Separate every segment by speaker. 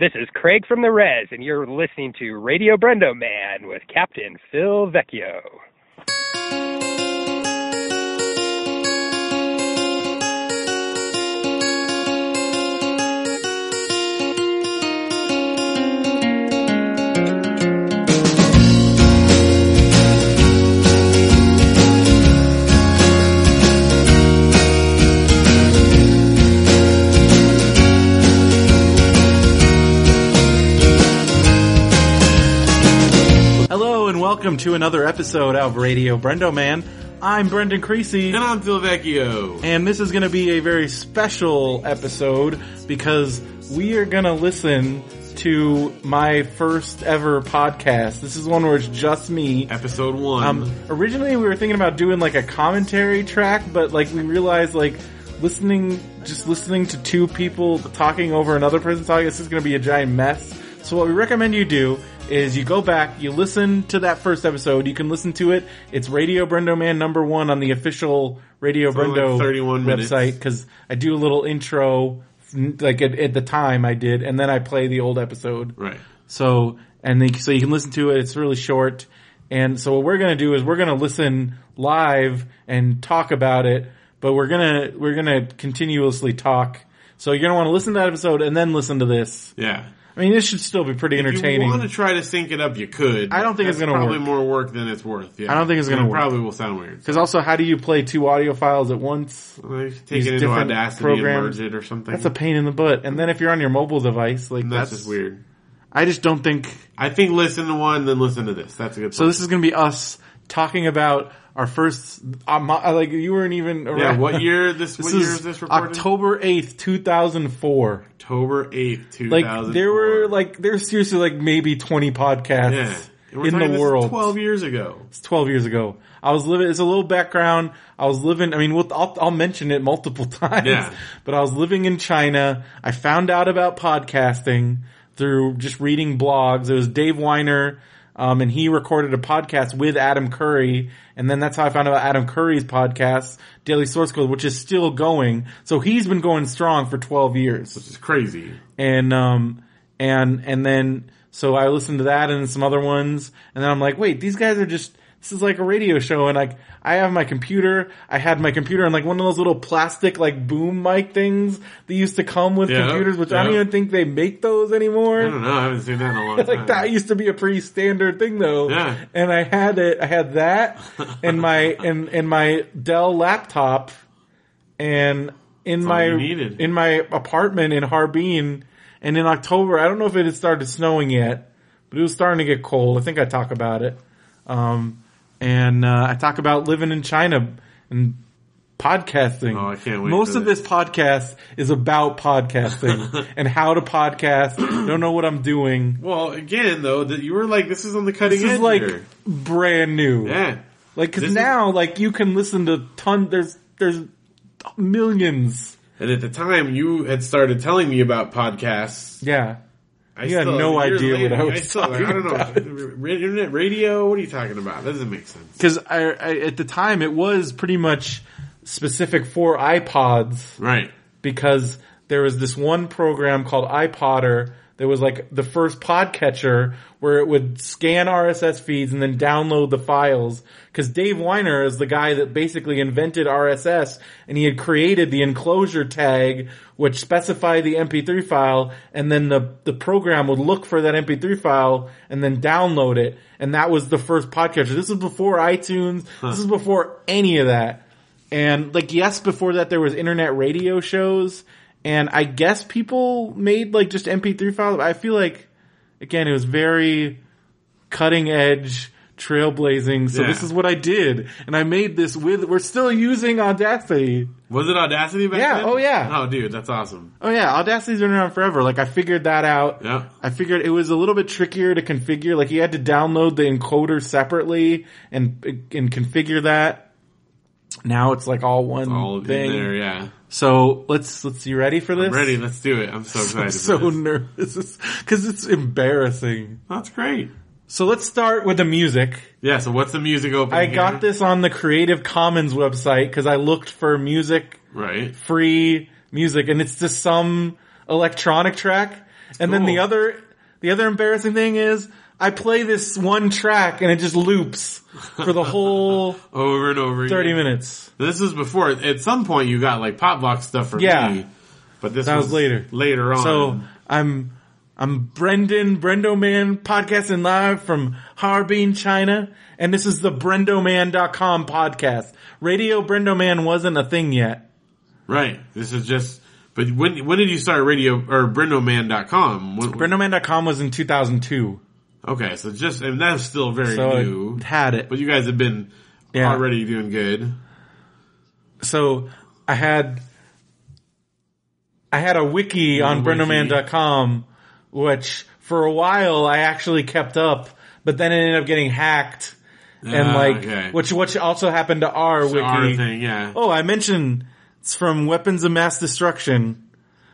Speaker 1: This is Craig from the Res, and you're listening to Radio Brendo Man with Captain Phil Vecchio.
Speaker 2: Hello and welcome to another episode of Radio Brendo Man. I'm Brendan Creasy,
Speaker 3: And I'm Phil Vecchio.
Speaker 2: and this is going to be a very special episode because we are going to listen to my first ever podcast. This is one where it's just me.
Speaker 3: Episode one.
Speaker 2: Um, originally we were thinking about doing like a commentary track, but like we realized like listening, just listening to two people talking over another person talking, this is going to be a giant mess. So what we recommend you do is you go back, you listen to that first episode, you can listen to it. It's Radio Brendo Man number one on the official Radio
Speaker 3: only
Speaker 2: Brendo
Speaker 3: 31 minutes.
Speaker 2: website because I do a little intro, n- like at, at the time I did, and then I play the old episode.
Speaker 3: right.
Speaker 2: So and then, so you can listen to it. It's really short. And so what we're gonna do is we're gonna listen live and talk about it, but we're gonna we're gonna continuously talk. So you're gonna want to listen to that episode and then listen to this.
Speaker 3: Yeah.
Speaker 2: I mean, this should still be pretty
Speaker 3: If you
Speaker 2: entertaining.
Speaker 3: want to try to sync it up, you could.
Speaker 2: I don't think it's
Speaker 3: That's
Speaker 2: gonna
Speaker 3: probably
Speaker 2: work.
Speaker 3: more work than it's worth. Yeah.
Speaker 2: I don't think it's
Speaker 3: And
Speaker 2: gonna
Speaker 3: it
Speaker 2: work.
Speaker 3: Probably will sound weird.
Speaker 2: Because also, how do you play two audio files at once?
Speaker 3: Like, take
Speaker 2: Use
Speaker 3: it into
Speaker 2: different
Speaker 3: Audacity
Speaker 2: programs.
Speaker 3: and merge it or something.
Speaker 2: That's a pain in the butt. And then if you're on your mobile device, like
Speaker 3: That's just weird.
Speaker 2: I just don't think
Speaker 3: I think listen to one, then listen to this. That's a good.
Speaker 2: So this is going to be us talking about our first. Uh, my, like you weren't even around.
Speaker 3: yeah. What year this?
Speaker 2: This
Speaker 3: what
Speaker 2: is
Speaker 3: year is this recorded?
Speaker 2: October eighth, two thousand four.
Speaker 3: October eighth, two
Speaker 2: Like
Speaker 3: thousand.
Speaker 2: there were like there's seriously like maybe twenty podcasts
Speaker 3: yeah. And we're
Speaker 2: in
Speaker 3: talking
Speaker 2: the
Speaker 3: this is
Speaker 2: world.
Speaker 3: Twelve years ago.
Speaker 2: It's twelve years ago. I was living. It's a little background. I was living. I mean, we'll, I'll, I'll mention it multiple times.
Speaker 3: Yeah.
Speaker 2: But I was living in China. I found out about podcasting through just reading blogs. It was Dave Weiner, um, and he recorded a podcast with Adam Curry, and then that's how I found out about Adam Curry's podcast, Daily Source Code, which is still going. So he's been going strong for twelve years
Speaker 3: It's crazy.
Speaker 2: and um and and then so I listened to that and some other ones, and then I'm like, wait, these guys are just this is like a radio show, and like I have my computer, I had my computer and like one of those little plastic like boom mic things that used to come with
Speaker 3: Yeah,
Speaker 2: computers, which I don't
Speaker 3: yeah.
Speaker 2: even think they make those
Speaker 3: I
Speaker 2: anymore.
Speaker 3: don't know. I haven't seen that in a long time.
Speaker 2: Like that used to be a pretty standard thing though.
Speaker 3: Yeah.
Speaker 2: And I had it, I had that and my, and, and my Dell laptop and in
Speaker 3: all
Speaker 2: my,
Speaker 3: you needed.
Speaker 2: in my apartment in Harbin. And in October, I don't know if it had started snowing yet, but it was starting to get cold. I think I talk about it. Um, and, uh, I talk about living in China and podcasting.
Speaker 3: Oh, I can't wait
Speaker 2: Most
Speaker 3: for
Speaker 2: of
Speaker 3: this.
Speaker 2: this podcast is about podcasting and how to podcast. Don't know what I'm doing.
Speaker 3: Well, again though, that you were like, this is on the cutting
Speaker 2: This
Speaker 3: edge.
Speaker 2: is like
Speaker 3: here.
Speaker 2: brand new.
Speaker 3: yeah.
Speaker 2: Like, cause
Speaker 3: This is-
Speaker 2: now, like, you can listen to ton, there's, there's millions.
Speaker 3: And at the time, you had started telling me about podcasts.
Speaker 2: Yeah.
Speaker 3: I
Speaker 2: You had no
Speaker 3: years
Speaker 2: idea what I was
Speaker 3: still-
Speaker 2: talking
Speaker 3: I don't know. Ra- Internet radio? What are you talking about? That doesn't make sense.
Speaker 2: Cause I, I, at the time, it was pretty much specific for iPods
Speaker 3: Right.
Speaker 2: because there was this one program called iPodder that was like the first podcatcher where it would scan RSS feeds and then download the files. Cause Dave Weiner is the guy that basically invented RSS and he had created the enclosure tag which specified the MP3 file and then the, the program would look for that MP3 file and then download it. And that was the first podcatcher. This was before iTunes. This is before any of that. And like, yes, before that there was internet radio shows, and I guess people made like just MP3 files. I feel like, again, it was very cutting edge, trailblazing. So
Speaker 3: Yeah.
Speaker 2: this is what I did, and I made this with. We're still using Audacity.
Speaker 3: Was it Audacity back
Speaker 2: Yeah,
Speaker 3: then?
Speaker 2: oh yeah.
Speaker 3: Oh, dude, that's awesome.
Speaker 2: Oh yeah, Audacity's been around forever. Like I figured that out.
Speaker 3: Yeah.
Speaker 2: I figured it was a little bit trickier to configure. Like you had to download the encoder separately and and configure that. Now it's like all one
Speaker 3: All in
Speaker 2: thing.
Speaker 3: there, yeah.
Speaker 2: So let's let's you ready for this?
Speaker 3: I'm ready, let's do it. I'm so excited.
Speaker 2: I'm
Speaker 3: for
Speaker 2: so
Speaker 3: this.
Speaker 2: nervous because it's embarrassing.
Speaker 3: That's great.
Speaker 2: So let's start with the music.
Speaker 3: Yeah, so what's the music opening?
Speaker 2: I got
Speaker 3: here?
Speaker 2: this on the Creative Commons website because I looked for music
Speaker 3: Right.
Speaker 2: free music, and it's just some electronic track. and then the
Speaker 3: cool.
Speaker 2: other the other embarrassing thing is I play this one track and it just loops for the whole
Speaker 3: Over and over. again.
Speaker 2: thirty minutes.
Speaker 3: This is before. At some point, you got like pop block stuff for
Speaker 2: Yeah.
Speaker 3: me, but this
Speaker 2: That was later.
Speaker 3: Later on.
Speaker 2: So I'm I'm Brendan Brendo Man podcasting live from Harbin, China, and this is the BrendoMan.com podcast. Radio Brendo Man wasn't a thing yet.
Speaker 3: right. This is just. But when when did you start radio or brendoman.com? When,
Speaker 2: BrendoMan.com was in 2002,
Speaker 3: okay, so just and that's still very
Speaker 2: so
Speaker 3: new.
Speaker 2: it had it.
Speaker 3: But you guys have been
Speaker 2: Yeah.
Speaker 3: already doing good.
Speaker 2: So I had I had a wiki on
Speaker 3: wiki.
Speaker 2: BrendoMan.com, which for a while I actually kept up, but then it ended up getting hacked. And
Speaker 3: Ah,
Speaker 2: like,
Speaker 3: okay.
Speaker 2: which which also happened to our wiki.
Speaker 3: Our thing, yeah.
Speaker 2: Oh, I mentioned it's from Weapons of Mass Destruction.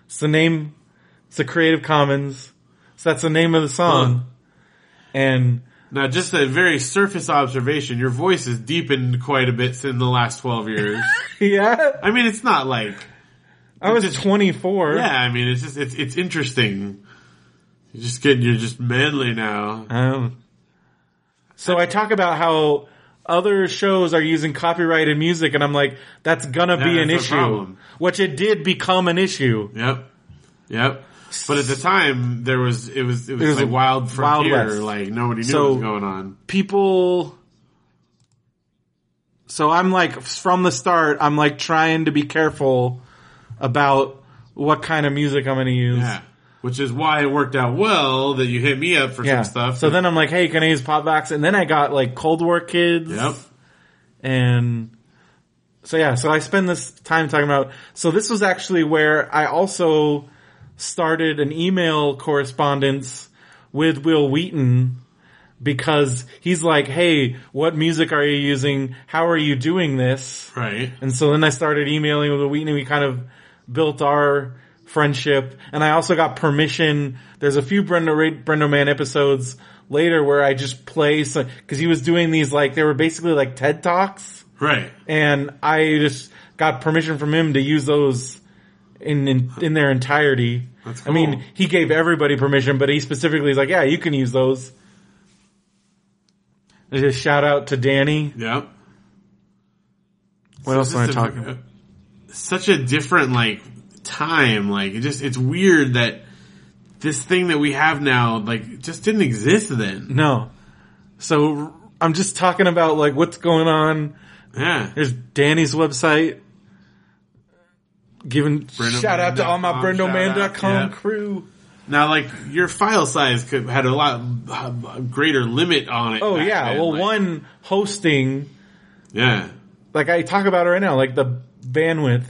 Speaker 2: It's the name. It's the Creative Commons. So that's the name of the song. And
Speaker 3: Now, just a very surface observation. Your voice has deepened quite a bit in the last twelve years.
Speaker 2: yeah,
Speaker 3: I mean, it's not like
Speaker 2: I was 24.
Speaker 3: yeah. I mean, it's just it's it's interesting. You're just getting you're just manly now.
Speaker 2: Um, so I talk about how other shows are using copyrighted music, and I'm like, that's gonna
Speaker 3: Yeah,
Speaker 2: be an
Speaker 3: that's a
Speaker 2: issue.
Speaker 3: problem.
Speaker 2: Which it did become an issue.
Speaker 3: Yep. Yep. But at the time, there was it was it was,
Speaker 2: It was
Speaker 3: like
Speaker 2: a
Speaker 3: wild
Speaker 2: Wild
Speaker 3: frontier.
Speaker 2: West.
Speaker 3: like nobody knew
Speaker 2: So-
Speaker 3: what was going on.
Speaker 2: people so i'm like from the start i'm like trying to be careful about what kind of music i'm going to use
Speaker 3: Yeah. Which is why it worked out well that you hit me up for
Speaker 2: Yeah.
Speaker 3: some stuff.
Speaker 2: so then i'm like hey can i use pop box and then i got like cold war kids
Speaker 3: yep.
Speaker 2: and so yeah so i spend this time talking about so this was actually where i also started an email correspondence with will wheaton because he's like hey what music are you using how are you doing this
Speaker 3: Right.
Speaker 2: and so then i started emailing with will wheaton and we kind of built our friendship and i also got permission there's a few brenda Ra- brenda man episodes later where i just play some because he was doing these like they were basically like ted talks
Speaker 3: Right.
Speaker 2: and I just got permission from him to use those in in, in their entirety.
Speaker 3: That's
Speaker 2: I mean,
Speaker 3: cool.
Speaker 2: he gave everybody permission, but he specifically is like, "Yeah, you can use those." Just shout out to Danny.
Speaker 3: Yep.
Speaker 2: What else am I
Speaker 3: It's just a-
Speaker 2: talking about?
Speaker 3: Such a different like time. Like it just it's weird that this thing that we have now like just didn't exist then.
Speaker 2: No, so I'm just talking about like what's going on.
Speaker 3: Yeah.
Speaker 2: There's Danny's website. Giving
Speaker 3: Brendoman
Speaker 2: shout out to all my
Speaker 3: dot com, shout out,
Speaker 2: Brendoman.com
Speaker 3: yeah.
Speaker 2: crew.
Speaker 3: Now, like your file size could had a lot uh, greater limit on it.
Speaker 2: Oh
Speaker 3: back
Speaker 2: yeah,
Speaker 3: then,
Speaker 2: well
Speaker 3: like-
Speaker 2: one hosting
Speaker 3: Yeah.
Speaker 2: like I talk about it right now, like the bandwidth.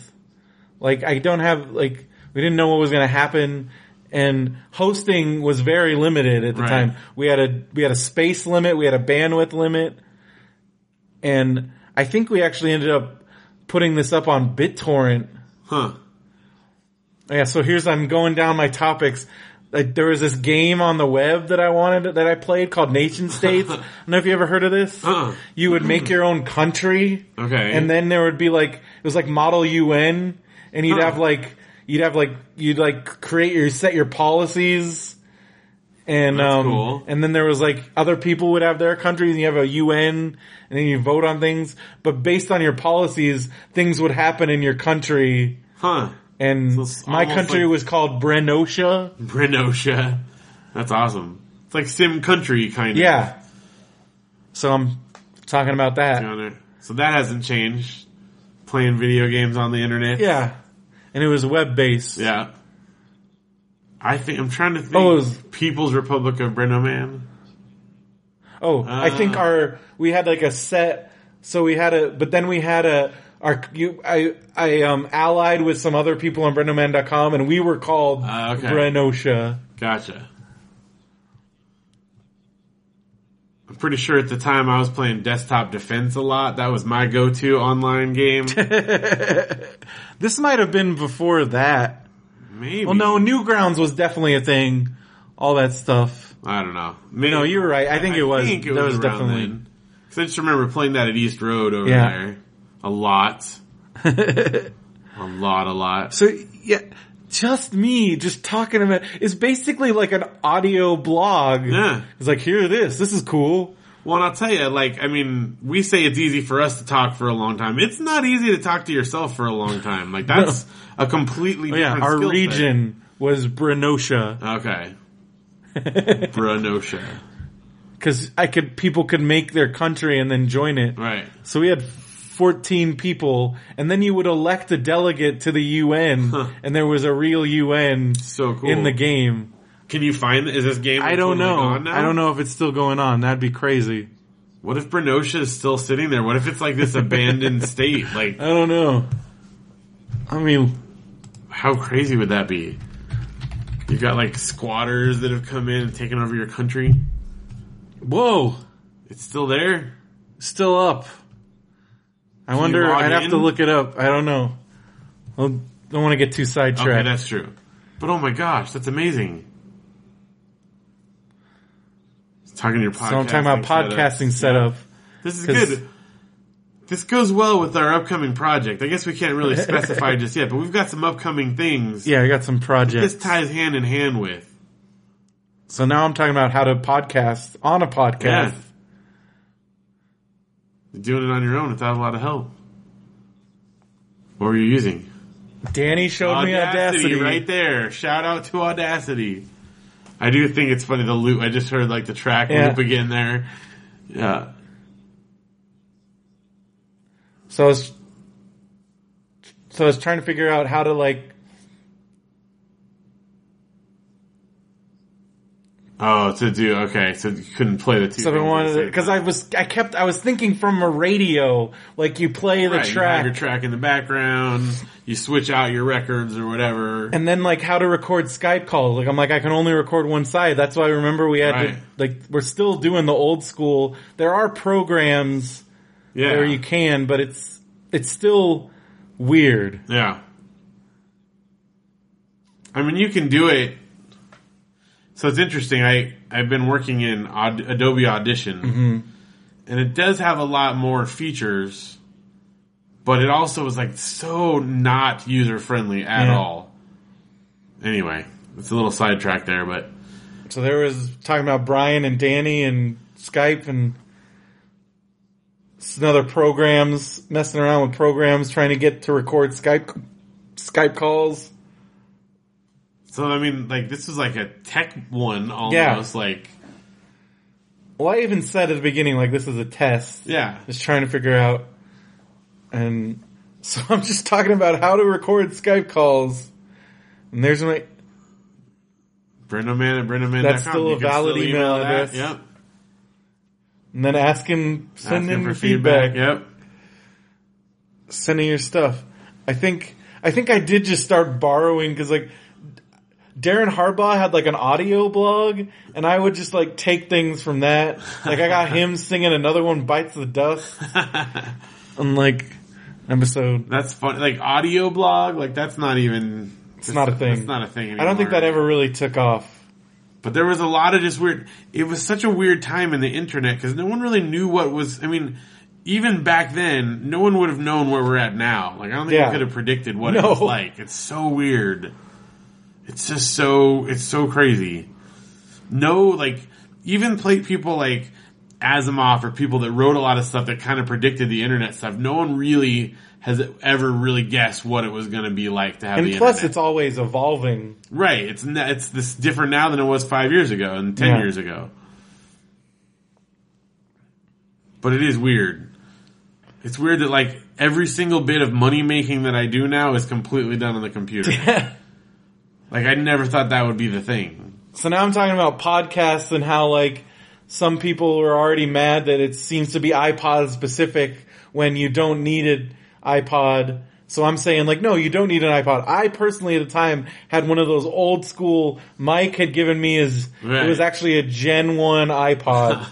Speaker 2: Like I don't have like we didn't know what was going to happen, and hosting was very limited at the
Speaker 3: Right.
Speaker 2: time. We had a we had a space limit, we had a bandwidth limit, and I think we actually ended up putting this up on BitTorrent.
Speaker 3: Huh.
Speaker 2: Yeah, so here's I'm going down my topics. Like there was this game on the web that I wanted that I played called Nation States. I don't know if you ever heard of this.
Speaker 3: Uh-uh.
Speaker 2: You would make your own country.
Speaker 3: Okay.
Speaker 2: And then there would be like it was like Model UN, and you'd
Speaker 3: Huh.
Speaker 2: have like you'd have like you'd like create your set your policies, and
Speaker 3: That's
Speaker 2: um,
Speaker 3: cool.
Speaker 2: and then there was like other people would have their countries, and you have a UN, and then you vote on things, but based on your policies, things would happen in your country.
Speaker 3: huh.
Speaker 2: And
Speaker 3: it's
Speaker 2: my
Speaker 3: almost
Speaker 2: country
Speaker 3: like-
Speaker 2: was called Brenosha.
Speaker 3: Brenosha. That's awesome. It's like Sim Country kind of.
Speaker 2: Yeah. So I'm talking about that.
Speaker 3: On it. So that hasn't changed. Playing video games on the internet.
Speaker 2: Yeah. And it was web based.
Speaker 3: Yeah. I think I'm trying to think.
Speaker 2: Oh, it was-
Speaker 3: People's Republic of Brenoman.
Speaker 2: Oh, I think
Speaker 3: Ah.
Speaker 2: our we had like a set. So we had a, but then we had a our you I I um allied with some other people on Brendoman.com and we were called
Speaker 3: Ah, okay.
Speaker 2: Brenosha.
Speaker 3: Gotcha. I'm pretty sure at the time I was playing Desktop Defense a lot. That was my go-to online game.
Speaker 2: This might have been before that.
Speaker 3: Maybe.
Speaker 2: Well, no, Newgrounds was definitely a thing. All that stuff.
Speaker 3: I don't know. Maybe.
Speaker 2: No, you were right. I think it was. that was, definitely.
Speaker 3: Because I just remember playing that at East Road over
Speaker 2: Yeah.
Speaker 3: there a lot, a lot, a lot.
Speaker 2: So yeah, just me just talking about it's basically like an audio blog.
Speaker 3: Yeah.
Speaker 2: It's like here it is. This is cool.
Speaker 3: Well, and I'll tell you, like, I mean, we say it's easy for us to talk for a long time. It's not easy to talk to yourself for a long time. Like, that's a completely
Speaker 2: Oh, yeah,
Speaker 3: different
Speaker 2: our
Speaker 3: skill set.
Speaker 2: region was Brenosha
Speaker 3: Okay. Branosha.
Speaker 2: cuz I could people could make their country and then join it.
Speaker 3: Right.
Speaker 2: So we had 14 people and then you would elect a delegate to the UN and there was a real UN
Speaker 3: So cool.
Speaker 2: in the game.
Speaker 3: Can you find, is this game?
Speaker 2: I don't
Speaker 3: totally
Speaker 2: know.
Speaker 3: gone now?
Speaker 2: I don't know if it's still going on. That'd be crazy.
Speaker 3: What if Branosha is still sitting there? What if it's like this abandoned state? Like,
Speaker 2: I don't know. I mean,
Speaker 3: how crazy would that be? You've got like squatters that have come in and taken over your country.
Speaker 2: whoa,
Speaker 3: It's still there.
Speaker 2: still up. I wonder.
Speaker 3: log
Speaker 2: I'd have
Speaker 3: in?
Speaker 2: to look it up. I don't know. I don't want to get too
Speaker 3: Okay,
Speaker 2: sidetracked.
Speaker 3: that's true. But oh my gosh, that's amazing. Talking to your podcast.
Speaker 2: so I'm talking about podcasting setup.
Speaker 3: This is
Speaker 2: 'Cause-
Speaker 3: good. This goes well with our upcoming project. I guess we can't really specify just yet, but we've got some upcoming things.
Speaker 2: Yeah, I got some projects.
Speaker 3: This ties hand in hand with.
Speaker 2: so now I'm talking about how to podcast on a podcast.
Speaker 3: Yeah. You're doing it on your own without a lot of help. What were you using?
Speaker 2: Danny showed me Audacity.
Speaker 3: right there. Shout out to Audacity. I do think it's funny the loop. I just heard like the track
Speaker 2: Yeah.
Speaker 3: loop again there. Yeah.
Speaker 2: So I was, so I was trying to figure out how to like.
Speaker 3: Oh, to do okay. So you couldn't play the two.
Speaker 2: So I
Speaker 3: things at the
Speaker 2: wanted
Speaker 3: same
Speaker 2: because
Speaker 3: time.
Speaker 2: I was I kept I was thinking from a radio like you play the
Speaker 3: Right, you have
Speaker 2: track
Speaker 3: your track in the background. You switch out your records or whatever.
Speaker 2: And then like how to record Skype calls. Like I'm like I can only record one side. That's why I remember we had
Speaker 3: Right.
Speaker 2: to like we're still doing the old school. There are programs
Speaker 3: yeah.
Speaker 2: where you can, but it's it's still weird.
Speaker 3: Yeah. I mean, you can do it. So it's interesting. I I've been working in Aud- Adobe Audition,
Speaker 2: Mm-hmm.
Speaker 3: and it does have a lot more features, but it also is like so not user friendly at
Speaker 2: Yeah.
Speaker 3: all. Anyway, it's a little sidetrack there, but
Speaker 2: So there was talking about Brian and Danny and Skype and s- other programs messing around with programs trying to get to record Skype Skype calls.
Speaker 3: so I mean, like this was like a tech one almost, like
Speaker 2: Well, I even said at the beginning like this is a test.
Speaker 3: yeah,
Speaker 2: just trying to figure out and so I'm just talking about how to record Skype calls. And there's my
Speaker 3: Brendaman at Brendaman.
Speaker 2: That's still a valid email address.
Speaker 3: Yep.
Speaker 2: and then ask him send
Speaker 3: Asking
Speaker 2: him
Speaker 3: for
Speaker 2: your feedback.
Speaker 3: feedback. Yep.
Speaker 2: Send in your stuff. I think I think I did just start borrowing cuz like Darren Harbaugh had like an audio blog and I would just like take things from that. Like I got him singing another one bites the dust on like episode.
Speaker 3: That's funny. Like audio blog, like that's not even. It's
Speaker 2: not a thing.
Speaker 3: It's not a thing. Anymore.
Speaker 2: I don't think that ever really took off.
Speaker 3: But there was a lot of just weird. It was such a weird time in the internet because no one really knew what was. I mean, even back then, no one would have known where we're at now. Like I don't think
Speaker 2: Yeah.
Speaker 3: we could have predicted what it
Speaker 2: No.
Speaker 3: was like. It's so weird. It's just so. It's so crazy. No, like even play people like Asimov or people that wrote a lot of stuff that kind of predicted the internet stuff. No one really has ever really guessed what it was going to be like to have
Speaker 2: And
Speaker 3: the
Speaker 2: plus
Speaker 3: internet.
Speaker 2: it's always evolving.
Speaker 3: Right. It's n- it's this different now than it was five years ago and ten
Speaker 2: Yeah.
Speaker 3: years ago. But it is weird. It's weird that like every single bit of money making that I do now is completely done on the computer. like I never thought that would be the thing.
Speaker 2: So now I'm talking about podcasts and how like some people are already mad that it seems to be iPod specific when you don't need an iPod. So I'm saying like, no, you don't need an iPod. I personally at the time had one of those old school, Mike had given me his,
Speaker 3: Right.
Speaker 2: it was actually a Gen 1 iPod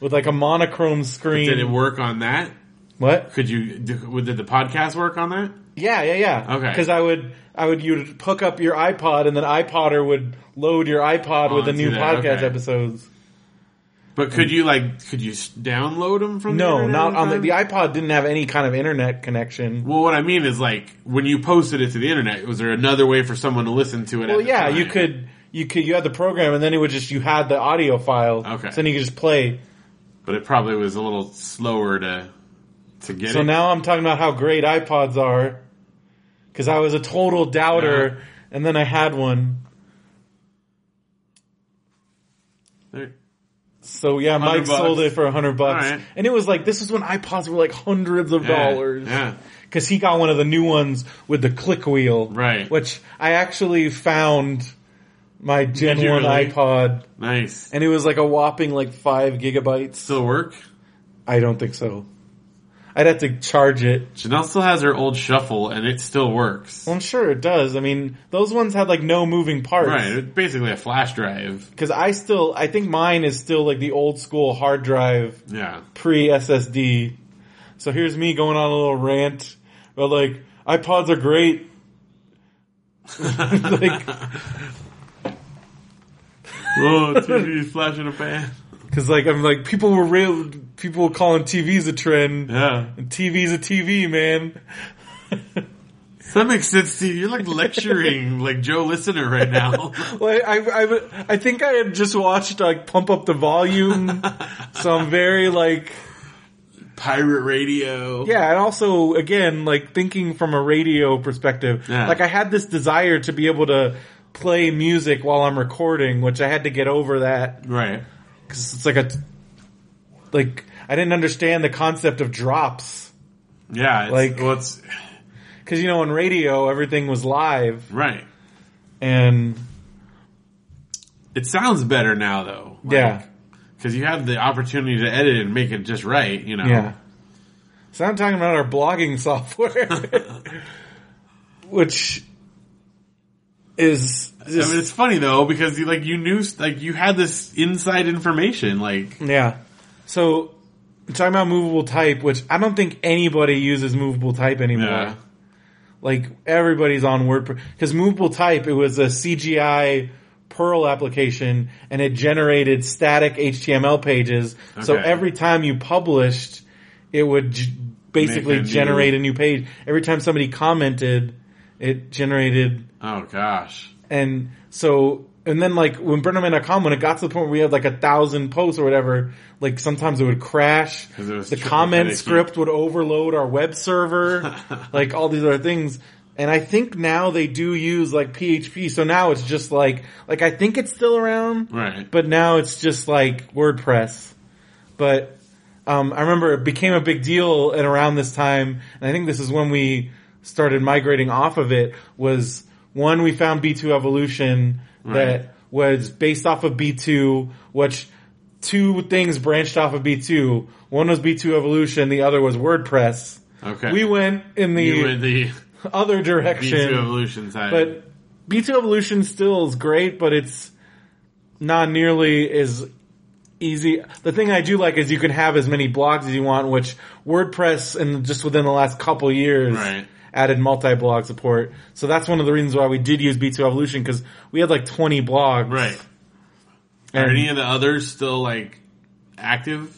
Speaker 2: with like a monochrome screen.
Speaker 3: Did it work on that?
Speaker 2: What?
Speaker 3: Could you? Did did the podcast work on that?
Speaker 2: Yeah, yeah, yeah.
Speaker 3: Okay.
Speaker 2: Cause I would, I would, you'd hook up your iPod and then iPodder would load your iPod with the new
Speaker 3: Onto Oh, that,
Speaker 2: podcast
Speaker 3: okay.
Speaker 2: episodes.
Speaker 3: But could you like could you s- download them from? the
Speaker 2: Um, No,
Speaker 3: internet
Speaker 2: not on the,
Speaker 3: anytime?
Speaker 2: the iPod didn't have any kind of internet connection.
Speaker 3: Well, what I mean is like when you posted it to the internet, was there another way for someone to listen to it?
Speaker 2: Well,
Speaker 3: at the
Speaker 2: yeah,
Speaker 3: time?
Speaker 2: you could you could you had the program and then it would just you had the audio file.
Speaker 3: Okay.
Speaker 2: So then you could just play.
Speaker 3: but it probably was a little slower to to get
Speaker 2: So
Speaker 3: it.
Speaker 2: now I'm talking about how great iPods are cuz I was a total doubter and then I had one.
Speaker 3: There-
Speaker 2: So yeah, Mike
Speaker 3: 100 bucks.
Speaker 2: sold it for a 100 bucks.
Speaker 3: All right.
Speaker 2: And it was like this is when iPods were like hundreds of
Speaker 3: yeah,
Speaker 2: dollars.
Speaker 3: Yeah,
Speaker 2: because he got one of the new ones with the click wheel,
Speaker 3: Right.
Speaker 2: Which I actually found my Gen
Speaker 3: you
Speaker 2: One
Speaker 3: really?
Speaker 2: iPod,
Speaker 3: nice.
Speaker 2: and it was like a whopping like five gigabytes.
Speaker 3: Still work.
Speaker 2: I don't think so. I'd have to charge it.
Speaker 3: Janelle still has her old shuffle, and it still works.
Speaker 2: Well, I'm sure it does. I mean, those ones had like no moving
Speaker 3: Right,
Speaker 2: parts.
Speaker 3: it's basically a flash drive.
Speaker 2: Because I still, I think mine is still like the old school hard drive
Speaker 3: Yeah,
Speaker 2: pre SSD. So here's me going on a little rant, but like iPods are great. like,
Speaker 3: Oh, TV's flashing a fan.
Speaker 2: Cause like I'm like people were real people were calling TV's a trend.
Speaker 3: Yeah.
Speaker 2: And TV's a TV, man.
Speaker 3: To some extent, Steve, you're like lecturing like Joe Listener right now.
Speaker 2: Well, I, I I- I think I had just watched like Pump Up the Volume, so I'm very like
Speaker 3: Pirate radio.
Speaker 2: yeah. And also again like thinking from a radio perspective,
Speaker 3: Yeah.
Speaker 2: like I had this desire to be able to play music while I'm recording, which I had to get over that
Speaker 3: Right.
Speaker 2: because it's like a like I didn't understand the concept of drops
Speaker 3: Yeah. It's,
Speaker 2: Like-
Speaker 3: well, it's
Speaker 2: because you know on radio everything was live
Speaker 3: right.
Speaker 2: and.
Speaker 3: It sounds better now though.
Speaker 2: yeah,
Speaker 3: Because you have the opportunity to edit and make it just right. You know.
Speaker 2: yeah. So I'm talking about our blogging software, which is
Speaker 3: I mean,
Speaker 2: just,
Speaker 3: it's funny though because you, like you knew like you had this inside information. Like
Speaker 2: yeah. So I'm talking about movable type, which I don't think anybody uses movable type anymore.
Speaker 3: yeah.
Speaker 2: Like everybody's on WordPress because movable type it was a CGI Perl application and it generated static HTML pages. So
Speaker 3: Okay.
Speaker 2: every time you published, it would g- basically
Speaker 3: Make a new-
Speaker 2: generate a new page. Every time somebody commented, it generated
Speaker 3: Oh gosh.
Speaker 2: and so and then like when Brennerman.com when it got to the point where we had like a thousand posts or whatever, like sometimes it would crash.
Speaker 3: 'Cause it was
Speaker 2: the
Speaker 3: triple
Speaker 2: comment
Speaker 3: finicky.
Speaker 2: script would overload our web server, like all these other things. And I think now they do use like PHP, so now it's just like like I think it's still around,
Speaker 3: Right.
Speaker 2: but now it's just like WordPress. But um, I remember it became a big deal, and around this time, and I think this is when we started migrating off of it. Was one we found B2 Evolution
Speaker 3: Right.
Speaker 2: that was based off of B2, which two things branched off of B2. One was B2 Evolution, the other was WordPress.
Speaker 3: okay.
Speaker 2: We went in the
Speaker 3: You were the
Speaker 2: other
Speaker 3: B
Speaker 2: direction.
Speaker 3: two evolution side.
Speaker 2: But B2 Evolution still is great, but it's not nearly as easy. The thing I do like is you can have as many blogs as you want, which WordPress and just within the last couple years
Speaker 3: Right.
Speaker 2: added multi-blog support. So that's one of the reasons why we did use B2 Evolution because we had like 20 blogs.
Speaker 3: right. Are
Speaker 2: And
Speaker 3: any of the others still like active?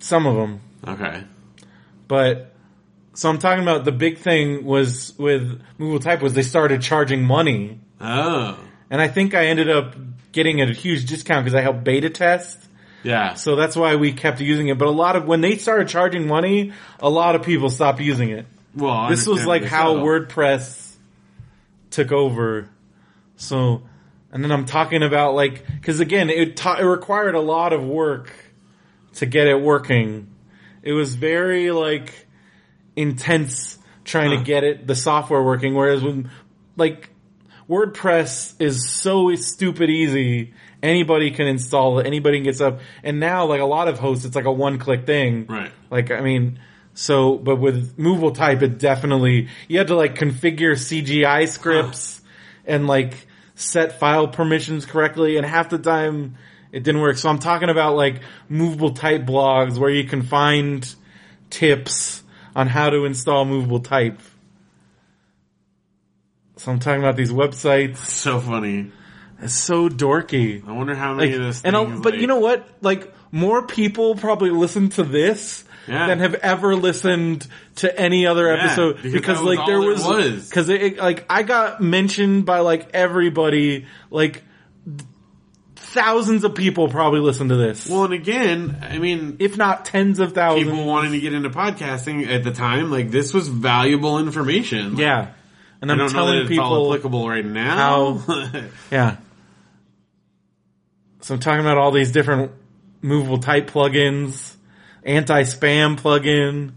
Speaker 2: some of them.
Speaker 3: Okay.
Speaker 2: But so I'm talking about the big thing was with Movable Type was they started charging money.
Speaker 3: Oh.
Speaker 2: And I think I ended up getting a huge discount because I helped beta test.
Speaker 3: Yeah.
Speaker 2: So that's why we kept using it. But a lot of, when they started charging money, a lot of people stopped using it.
Speaker 3: Well,
Speaker 2: This was like how
Speaker 3: understandably so.
Speaker 2: WordPress took over. So, and then I'm talking about like, cause again, it, ta- it required a lot of work to get it working. It was very like intense trying to
Speaker 3: Huh.
Speaker 2: get it, the software working. Whereas when like WordPress is so stupid easy. Anybody can install it. Anybody can get up. And now like a lot of hosts, it's like a one click thing.
Speaker 3: Right.
Speaker 2: Like, I mean, so, but with movable type, it definitely, you had to like configure CGI scripts and like set file permissions correctly. And half the time it didn't work. So I'm talking about like movable type blogs where you can find tips on how to install movable type. So I'm talking about these websites
Speaker 3: So funny.
Speaker 2: It's so dorky.
Speaker 3: I wonder how many
Speaker 2: Like,
Speaker 3: of those.
Speaker 2: and I'll-
Speaker 3: things,
Speaker 2: but
Speaker 3: like-
Speaker 2: you know what? Like more people probably listen to this
Speaker 3: Yeah.
Speaker 2: than have ever listened to any other
Speaker 3: Yeah,
Speaker 2: episode
Speaker 3: because
Speaker 2: because
Speaker 3: that was
Speaker 2: like there
Speaker 3: all it
Speaker 2: was
Speaker 3: was.
Speaker 2: because it, it- like I got mentioned by like everybody like thousands of people probably listen to this
Speaker 3: Well, and again, I mean,
Speaker 2: if not tens of thousands.
Speaker 3: people wanting to get into podcasting at the time, like this was valuable information. Like,
Speaker 2: yeah, and
Speaker 3: I
Speaker 2: I'm
Speaker 3: don't know that
Speaker 2: telling
Speaker 3: it's all
Speaker 2: people
Speaker 3: applicable right now.
Speaker 2: Yeah. So I'm talking about all these different movable type plugins, anti-spam plugin.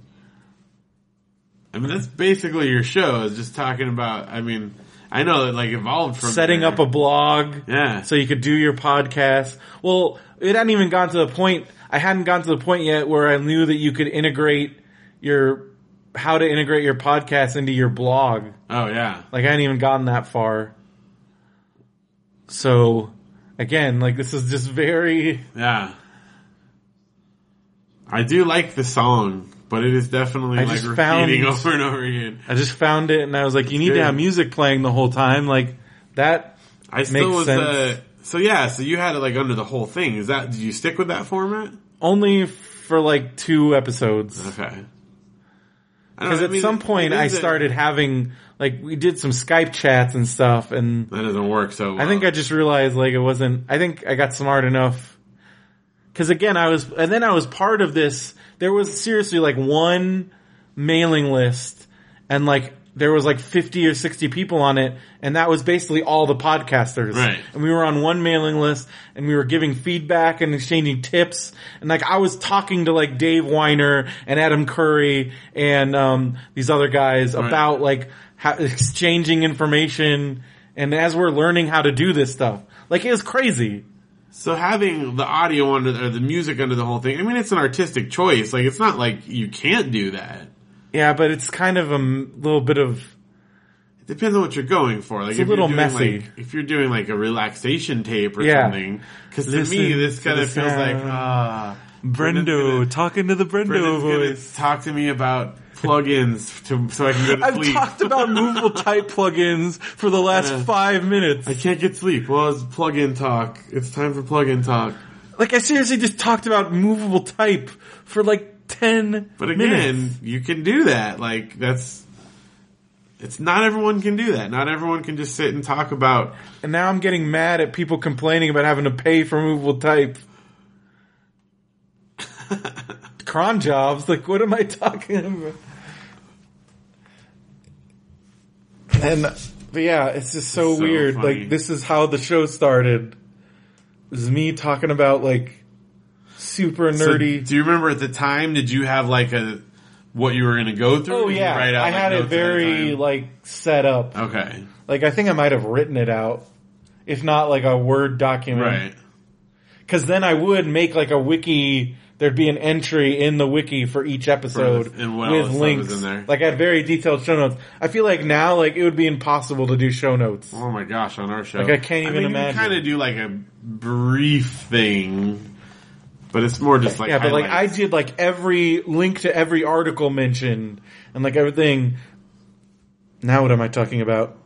Speaker 3: I mean, that's basically your show. Is just talking about. I mean, I know that like evolved from
Speaker 2: setting
Speaker 3: there.
Speaker 2: up a blog
Speaker 3: Yeah.
Speaker 2: so you could do your podcast. Well, it hadn't even gotten to the point. I hadn't gotten to the point yet where I knew that you could integrate your how to integrate your podcast into your blog.
Speaker 3: oh yeah.
Speaker 2: Like I hadn't even gotten that far. So again, like this is just very
Speaker 3: Yeah. I do like the song, but it is definitely
Speaker 2: I
Speaker 3: like
Speaker 2: just found-
Speaker 3: repeating over and over again.
Speaker 2: I just found it and I was like, you need
Speaker 3: good.
Speaker 2: to have music playing the whole time. Like that
Speaker 3: I still
Speaker 2: Makes
Speaker 3: was
Speaker 2: sense.
Speaker 3: uh so yeah, so you had it like under the whole thing. Is that did you stick with that format?
Speaker 2: only for like two episodes.
Speaker 3: Okay.
Speaker 2: Because
Speaker 3: Uh,
Speaker 2: at some point I started having like we did some Skype chats and stuff, and
Speaker 3: that doesn't work. So
Speaker 2: I think I
Speaker 3: well.
Speaker 2: just realized like it wasn't. I think I got smart enough. Because again, I was, and then I was part of this. There was seriously like one mailing list, and like there was like fifty or sixty people on it, and that was basically all the podcasters.
Speaker 3: Right.
Speaker 2: And we were on one mailing list, and we were giving feedback and exchanging tips, and like I was talking to like Dave Weiner and Adam Curry and um, these other guys about like how, exchanging information, and as we're learning how to do this stuff, like it was crazy.
Speaker 3: so having the audio under or the music under the whole thing. I mean, it's an artistic choice. Like it's not like you can't do that.
Speaker 2: Yeah, but it's kind of a m- little bit of
Speaker 3: It depends on what you're going for. Like
Speaker 2: a
Speaker 3: if
Speaker 2: little
Speaker 3: you're doing,
Speaker 2: messy.
Speaker 3: Like, if you're doing like a relaxation tape or
Speaker 2: Yeah.
Speaker 3: something, because to
Speaker 2: Listen
Speaker 3: me this
Speaker 2: to
Speaker 3: kind
Speaker 2: the
Speaker 3: of feels like
Speaker 2: sound.
Speaker 3: ah,
Speaker 2: Brendo talking to the Brendo
Speaker 3: Brendan's gonna
Speaker 2: voice.
Speaker 3: talk to me about plugins to so I can go to
Speaker 2: I've
Speaker 3: sleep.
Speaker 2: talked about movable type plugins for the last
Speaker 3: Yeah.
Speaker 2: five minutes.
Speaker 3: Uh, I can't get sleep. Well, it's plug-in talk. It's time for plug-in talk.
Speaker 2: Like I seriously just talked about movable type for like ten.
Speaker 3: But again,
Speaker 2: minutes.
Speaker 3: you can do that. Like that's, it's not everyone can do that. Not everyone can just sit and talk about.
Speaker 2: and now I'm getting mad at people complaining about having to pay for movable type. Cron jobs, like what am I talking about? And but yeah, it's just so,
Speaker 3: It's so
Speaker 2: weird.
Speaker 3: funny.
Speaker 2: Like this is how the show started. This is me talking about like super
Speaker 3: So,
Speaker 2: nerdy.
Speaker 3: do you remember at the time? Did you have like a what you were going to go through?
Speaker 2: oh
Speaker 3: Did you
Speaker 2: yeah,
Speaker 3: write
Speaker 2: I
Speaker 3: out, like,
Speaker 2: had it
Speaker 3: notes ahead of
Speaker 2: very
Speaker 3: time?
Speaker 2: like set up.
Speaker 3: okay,
Speaker 2: Like I think I might have written it out, if not like a word document.
Speaker 3: right.
Speaker 2: Because then I would make like a wiki. There'd be an entry in the wiki for each episode
Speaker 3: For the- and what
Speaker 2: with
Speaker 3: else that
Speaker 2: links.
Speaker 3: was in there.
Speaker 2: Like I had very detailed show notes. I feel like now like it would be impossible to do show notes.
Speaker 3: Oh my gosh, on our show.
Speaker 2: Like, I can't even imagine.
Speaker 3: kind of do like a brief thing, but it's more just like
Speaker 2: yeah, but like I
Speaker 3: highlights.
Speaker 2: did like every link to every article mentioned and like everything. Now what am I talking about?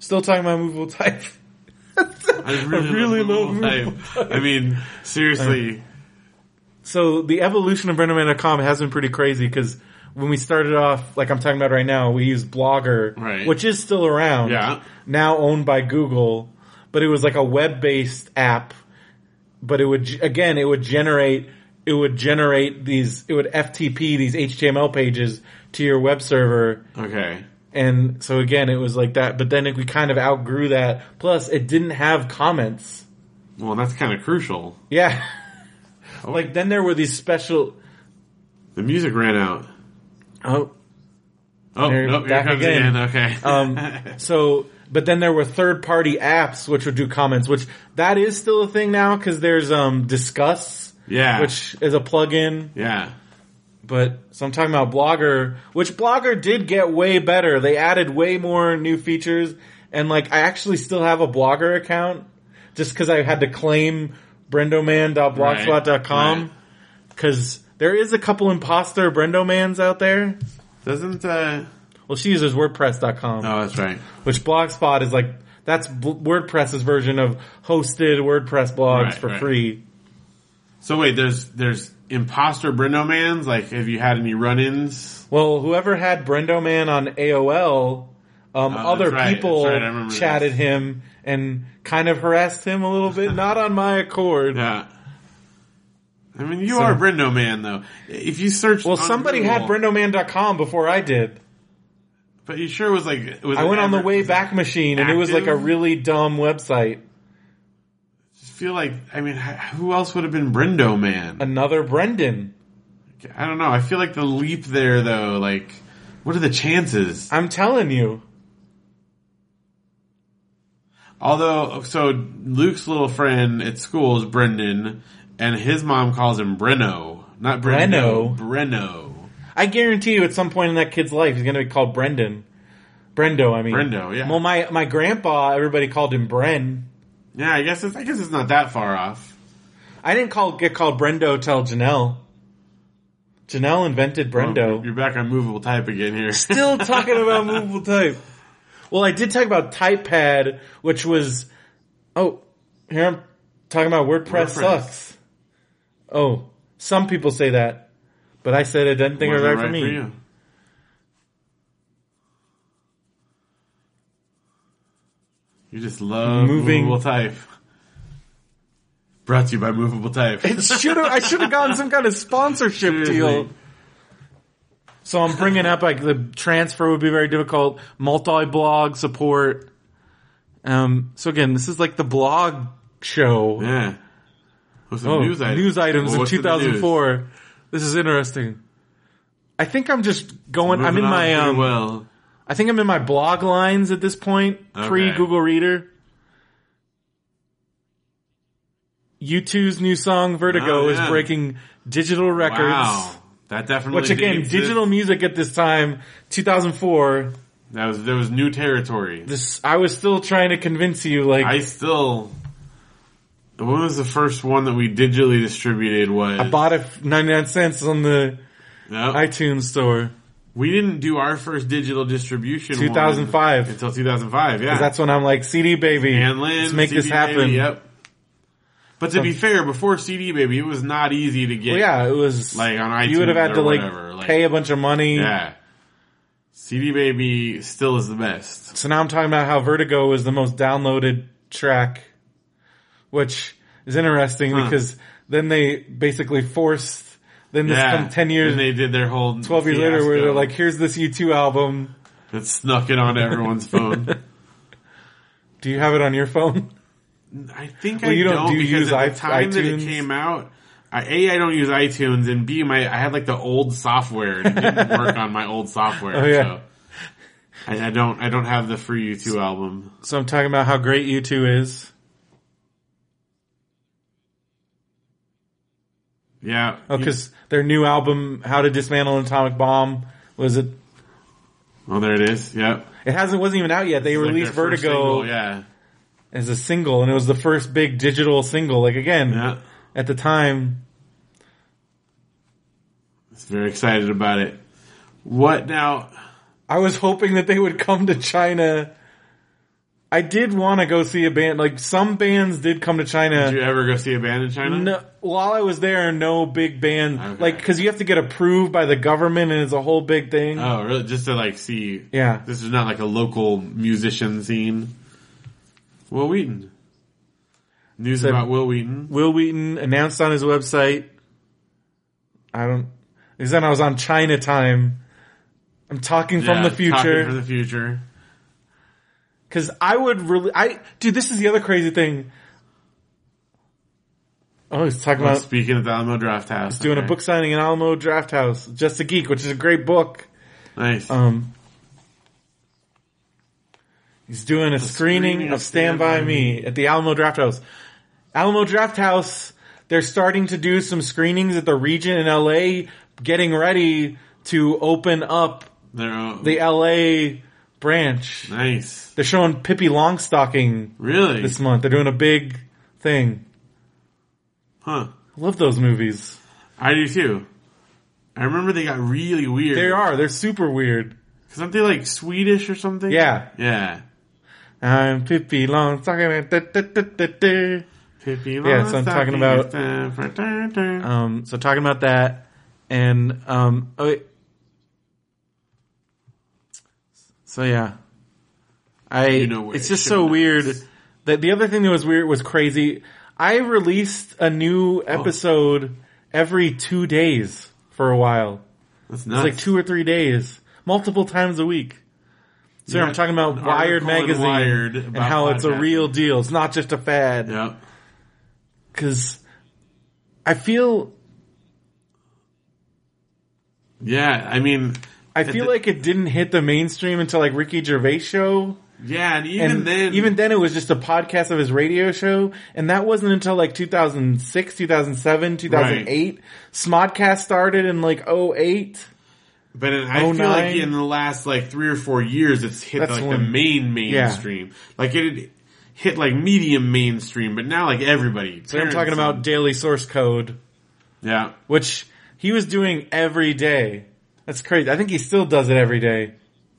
Speaker 2: Still talking about movable type.
Speaker 3: I
Speaker 2: I really love
Speaker 3: Google Type. I mean, seriously,
Speaker 2: So the evolution of BrendaMan.com has been pretty crazy because when we started off, like I'm talking about right now, we used Blogger,
Speaker 3: Right.
Speaker 2: which is still around,
Speaker 3: Yeah.
Speaker 2: now owned by Google, but it was like a web-based app. But it would again, it would generate, it would generate these, it would FTP these HTML pages to your web server,
Speaker 3: okay.
Speaker 2: and so again, it was like that. But then we kind of outgrew that. Plus, it didn't have comments.
Speaker 3: Well, that's kind of crucial.
Speaker 2: Yeah,
Speaker 3: Oh.
Speaker 2: like then there were these special.
Speaker 3: The music ran out.
Speaker 2: Oh,
Speaker 3: Oh,
Speaker 2: There-
Speaker 3: nope, here
Speaker 2: back
Speaker 3: comes
Speaker 2: again.
Speaker 3: again. Okay.
Speaker 2: Um, so, but then there were third party apps which would do comments, which that is still a thing now because there's um Discuss,
Speaker 3: yeah.
Speaker 2: which is a plugin.
Speaker 3: yeah.
Speaker 2: But so I'm talking about Blogger, which Blogger did get way better. They added way more new features, and like I actually still have a Blogger account just because I had to claim brendoman.blogspot.com
Speaker 3: Right,
Speaker 2: because there is a couple imposter brendomans out there.
Speaker 3: Doesn't, uh,
Speaker 2: Well, she uses WordPress.com
Speaker 3: oh, that's right.
Speaker 2: which Blogspot is like That's b- WordPress's version of hosted WordPress blogs
Speaker 3: Right,
Speaker 2: for
Speaker 3: right.
Speaker 2: free.
Speaker 3: So wait, there's there's imposter Brendomans. Like, have you had any run-ins?
Speaker 2: Well, whoever had Brendo Man on AOL, um,
Speaker 3: Oh, that's
Speaker 2: other
Speaker 3: right,
Speaker 2: people
Speaker 3: that's right, I remember
Speaker 2: chatted him and kind of harassed him a little bit, not on my accord.
Speaker 3: Yeah. I mean, you are Brendoman though. If you search,
Speaker 2: Well,
Speaker 3: on
Speaker 2: somebody had
Speaker 3: Google-
Speaker 2: BrendoMan.com before I did.
Speaker 3: but you sure was like it was.
Speaker 2: I
Speaker 3: an
Speaker 2: went on the
Speaker 3: ever-
Speaker 2: way back machine, and it was like a
Speaker 3: active?
Speaker 2: really dumb website.
Speaker 3: Feel like I mean, h- who else would have been Brendoman?
Speaker 2: Another Brendan.
Speaker 3: I don't know. I feel like the leap there though. Like, what are the chances?
Speaker 2: I'm telling you.
Speaker 3: Although, so Luke's little friend at school is Brendan, and his mom calls him Breno, not
Speaker 2: Breno.
Speaker 3: Brendo, Breno,
Speaker 2: I guarantee you, at some point in that kid's life, he's going to be called Brendan. Brendo, I mean.
Speaker 3: Brendo. Yeah.
Speaker 2: Well, my, my grandpa, everybody called him Bren.
Speaker 3: Yeah, I guess it's, I guess it's not that far off.
Speaker 2: I didn't call get called Brendo till Janelle. Janelle invented
Speaker 3: Oh,
Speaker 2: Brendo.
Speaker 3: you're back on movable type again here.
Speaker 2: Still talking about movable type. Well, I did talk about TypePad, which was oh, here I'm talking about WordPress,
Speaker 3: WordPress.
Speaker 2: sucks. Oh, some people say that, but I said it doesn't think it was right,
Speaker 3: Wasn't
Speaker 2: for me.
Speaker 3: you. You just love
Speaker 2: Moving-
Speaker 3: movable type. Brought to you by movable type.
Speaker 2: It should have. I should have gotten some kind of sponsorship deal.
Speaker 3: Seriously.
Speaker 2: So I'm bringing up like the transfer would be very difficult. Multi-blog support. Um. So again, this is like the blog show.
Speaker 3: Yeah. What's the
Speaker 2: Oh,
Speaker 3: news item?
Speaker 2: items
Speaker 3: Well,
Speaker 2: of
Speaker 3: what's in the news?
Speaker 2: 2004. This is interesting. I think I'm just going. I'm
Speaker 3: Moving
Speaker 2: in
Speaker 3: on
Speaker 2: my.
Speaker 3: pretty
Speaker 2: Um,
Speaker 3: well.
Speaker 2: I think I'm in my blog lines at this point,
Speaker 3: Okay.
Speaker 2: pre Google Reader. U2's new song Vertigo
Speaker 3: Oh,
Speaker 2: is
Speaker 3: yeah.
Speaker 2: breaking digital records.
Speaker 3: Wow. That definitely
Speaker 2: Which again,
Speaker 3: didn't exist.
Speaker 2: digital music at this time, 2004,
Speaker 3: That was there was new territory.
Speaker 2: this I was still trying to convince you like
Speaker 3: I still. What was the first one that we digitally distributed? Was
Speaker 2: I bought it f- 99 cents on the
Speaker 3: No.
Speaker 2: iTunes store.
Speaker 3: We didn't do our first digital distribution one
Speaker 2: 2005.
Speaker 3: until 2005. Yeah,
Speaker 2: 'Cause that's when I'm like CD baby.
Speaker 3: and Lynn,
Speaker 2: let's make
Speaker 3: CD
Speaker 2: this happen.
Speaker 3: Baby, yep. But to be fair, before CD Baby, it was not easy to get.
Speaker 2: Well, yeah, it was
Speaker 3: Like on iTunes
Speaker 2: you would have had
Speaker 3: or
Speaker 2: to like
Speaker 3: whatever, like-
Speaker 2: pay a bunch of money.
Speaker 3: yeah. CD Baby still is the best.
Speaker 2: So now I'm talking about how Vertigo is the most downloaded track, which is interesting
Speaker 3: Huh.
Speaker 2: because then they basically forced then this
Speaker 3: yeah,
Speaker 2: come ten years,
Speaker 3: and they did their whole
Speaker 2: twelve years later, where
Speaker 3: fiasco
Speaker 2: they're like, "Here's this U2 album.
Speaker 3: that snuck it onto everyone's phone.
Speaker 2: Do you have it on your phone?"
Speaker 3: I think
Speaker 2: Well,
Speaker 3: I
Speaker 2: you don't
Speaker 3: don't,
Speaker 2: do
Speaker 3: because
Speaker 2: use
Speaker 3: at
Speaker 2: i-
Speaker 3: the time that it
Speaker 2: iTunes?
Speaker 3: came out, I, a I don't use iTunes, and b my I had like the old software and it didn't work on my old software.
Speaker 2: Oh, yeah.
Speaker 3: So I, I don't I don't have the free U2 album.
Speaker 2: So I'm talking about how great U2 is.
Speaker 3: Yeah,
Speaker 2: Oh, because their new album, "How to Dismantle an Atomic Bomb," was it?
Speaker 3: well there it is. Yep,
Speaker 2: It hasn't wasn't even out yet. They
Speaker 3: Like
Speaker 2: released
Speaker 3: their first
Speaker 2: Vertigo
Speaker 3: single, Yeah,
Speaker 2: as a single, and it was the first big digital single. Like again,
Speaker 3: yeah,
Speaker 2: at the time,
Speaker 3: I was very excited about it. What now?
Speaker 2: I was hoping that they would come to China. I did want to go see a band. Like some bands did come to China.
Speaker 3: Did you ever go see a band in China?
Speaker 2: No, while I was there, no big band.
Speaker 3: Okay.
Speaker 2: Like because you have to get approved by the government, and it's a whole big thing.
Speaker 3: Oh, really? Just to like see.
Speaker 2: yeah.
Speaker 3: This is not like a local musician scene. Will Wheaton. News
Speaker 2: Said-
Speaker 3: about Will Wheaton.
Speaker 2: Will Wheaton announced on his website. I don't. Because then I was on China time. I'm talking from
Speaker 3: Yeah,
Speaker 2: the
Speaker 3: talking
Speaker 2: future.
Speaker 3: From the future.
Speaker 2: Cause I would really, I, dude, this is the other crazy thing. Oh, he's talking
Speaker 3: Well,
Speaker 2: about
Speaker 3: speaking at the Alamo Draft House.
Speaker 2: doing a
Speaker 3: okay.
Speaker 2: book signing in Alamo Draft House, Just a Geek, which is a great book.
Speaker 3: Nice.
Speaker 2: Um, he's doing a, screening,
Speaker 3: screening
Speaker 2: of Stand By Me at the Alamo Draft House. Alamo Draft House, they're starting to do some screenings at the region in LA, getting ready to open up
Speaker 3: Their own-
Speaker 2: the LA branch.
Speaker 3: nice.
Speaker 2: They're showing Pippi Longstocking
Speaker 3: Really?
Speaker 2: this month. They're doing a big thing.
Speaker 3: huh.
Speaker 2: I love those movies.
Speaker 3: I do too. I remember they got really weird.
Speaker 2: They are. They're super weird.
Speaker 3: Because aren't they like Swedish or something?
Speaker 2: Yeah.
Speaker 3: Yeah.
Speaker 2: I'm Pippi Longstocking.
Speaker 3: Pippi
Speaker 2: Yeah, so I'm talking about-
Speaker 3: about.
Speaker 2: Um, so talking about that, and um, oh, wait. so yeah, I
Speaker 3: You know where
Speaker 2: it's
Speaker 3: it
Speaker 2: just
Speaker 3: should
Speaker 2: so
Speaker 3: have
Speaker 2: weird
Speaker 3: been.
Speaker 2: that the other thing that was weird was crazy. I released a
Speaker 3: Oh.
Speaker 2: new episode every two days for a while.
Speaker 3: That's
Speaker 2: It's
Speaker 3: nuts.
Speaker 2: like two or three days, multiple times a week. So
Speaker 3: Yeah,
Speaker 2: I'm talking about
Speaker 3: an
Speaker 2: Wired
Speaker 3: article in
Speaker 2: magazine
Speaker 3: Wired
Speaker 2: and
Speaker 3: about
Speaker 2: how it's a
Speaker 3: podcasting.
Speaker 2: real deal. It's not just a fad
Speaker 3: Yep.
Speaker 2: because I feel
Speaker 3: Yeah, I mean,
Speaker 2: I
Speaker 3: At
Speaker 2: feel
Speaker 3: the-
Speaker 2: like it didn't hit the mainstream until like Ricky Gervais show.
Speaker 3: yeah, and even
Speaker 2: And
Speaker 3: then,
Speaker 2: even then it was just a podcast of his radio show. And that wasn't until like 2006, 2007, 2008. Smodcast started in like 08.
Speaker 3: but in, I feel
Speaker 2: 09?
Speaker 3: like in the last like three or four years, it's hit
Speaker 2: That's
Speaker 3: like the
Speaker 2: when-
Speaker 3: main mainstream. Like it had hit like medium mainstream, but now like everybody.
Speaker 2: So I'm talking
Speaker 3: parents
Speaker 2: about
Speaker 3: and-
Speaker 2: daily source code,
Speaker 3: yeah,
Speaker 2: which he was doing every day. That's crazy. I think he still does it every day.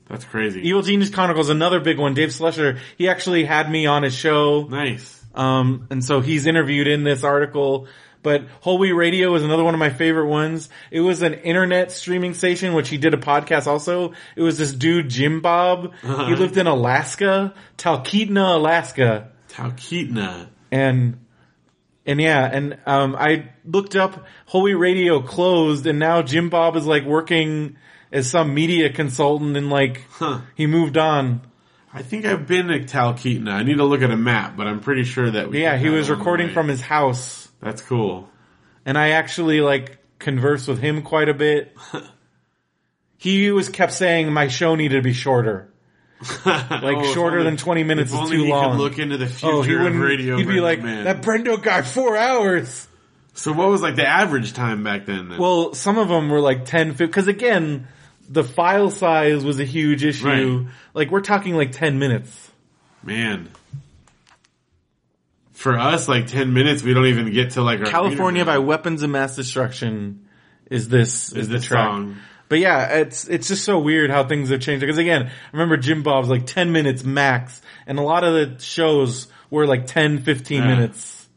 Speaker 3: that's crazy.
Speaker 2: Evil Genius Chronicles, another big one. Dave Slusher, he actually had me on his show.
Speaker 3: nice.
Speaker 2: Um, and so he's interviewed in this article. But Whole Wheat Radio is another one of my favorite ones. It was an internet streaming station, which he did a podcast also. It was this dude, Jim Bob. He lived in Alaska, Talkeetna, Alaska.
Speaker 3: Talkeetna.
Speaker 2: And, and yeah, and, um, I looked up Whole Wheat Radio closed and now Jim Bob is like working as some media consultant and like,
Speaker 3: Huh.
Speaker 2: he moved on.
Speaker 3: I think I've been to Talkeetna. I need to look at a map, but I'm pretty sure that we
Speaker 2: Yeah,
Speaker 3: did
Speaker 2: he
Speaker 3: that
Speaker 2: was
Speaker 3: along the
Speaker 2: recording
Speaker 3: way.
Speaker 2: from his house.
Speaker 3: That's cool.
Speaker 2: and I actually like converse with him quite a bit. he always kept saying my show needed to be shorter.
Speaker 3: like
Speaker 2: shorter than 20 minutes
Speaker 3: if
Speaker 2: is
Speaker 3: Oh, only
Speaker 2: too
Speaker 3: he
Speaker 2: long.
Speaker 3: Could look into the future
Speaker 2: Oh, he
Speaker 3: of
Speaker 2: wouldn't.
Speaker 3: radio.
Speaker 2: he'd be
Speaker 3: Brenda
Speaker 2: like
Speaker 3: Mann.
Speaker 2: that Brendo guy four hours.
Speaker 3: So what was like the average time back then? then?
Speaker 2: Well, some of them were like 10, because again, the file size was a huge issue.
Speaker 3: Right.
Speaker 2: Like we're talking like 10 minutes.
Speaker 3: man, for us, like ten minutes, we don't even get to like our
Speaker 2: California by
Speaker 3: interview.
Speaker 2: Weapons of Mass Destruction is this, is, the
Speaker 3: this
Speaker 2: track.
Speaker 3: song.
Speaker 2: But yeah, it's it's just so weird how things have changed. Because again, I remember Jim Bob's like ten minutes max, and a lot of the shows were like 10, 15
Speaker 3: Yeah.
Speaker 2: minutes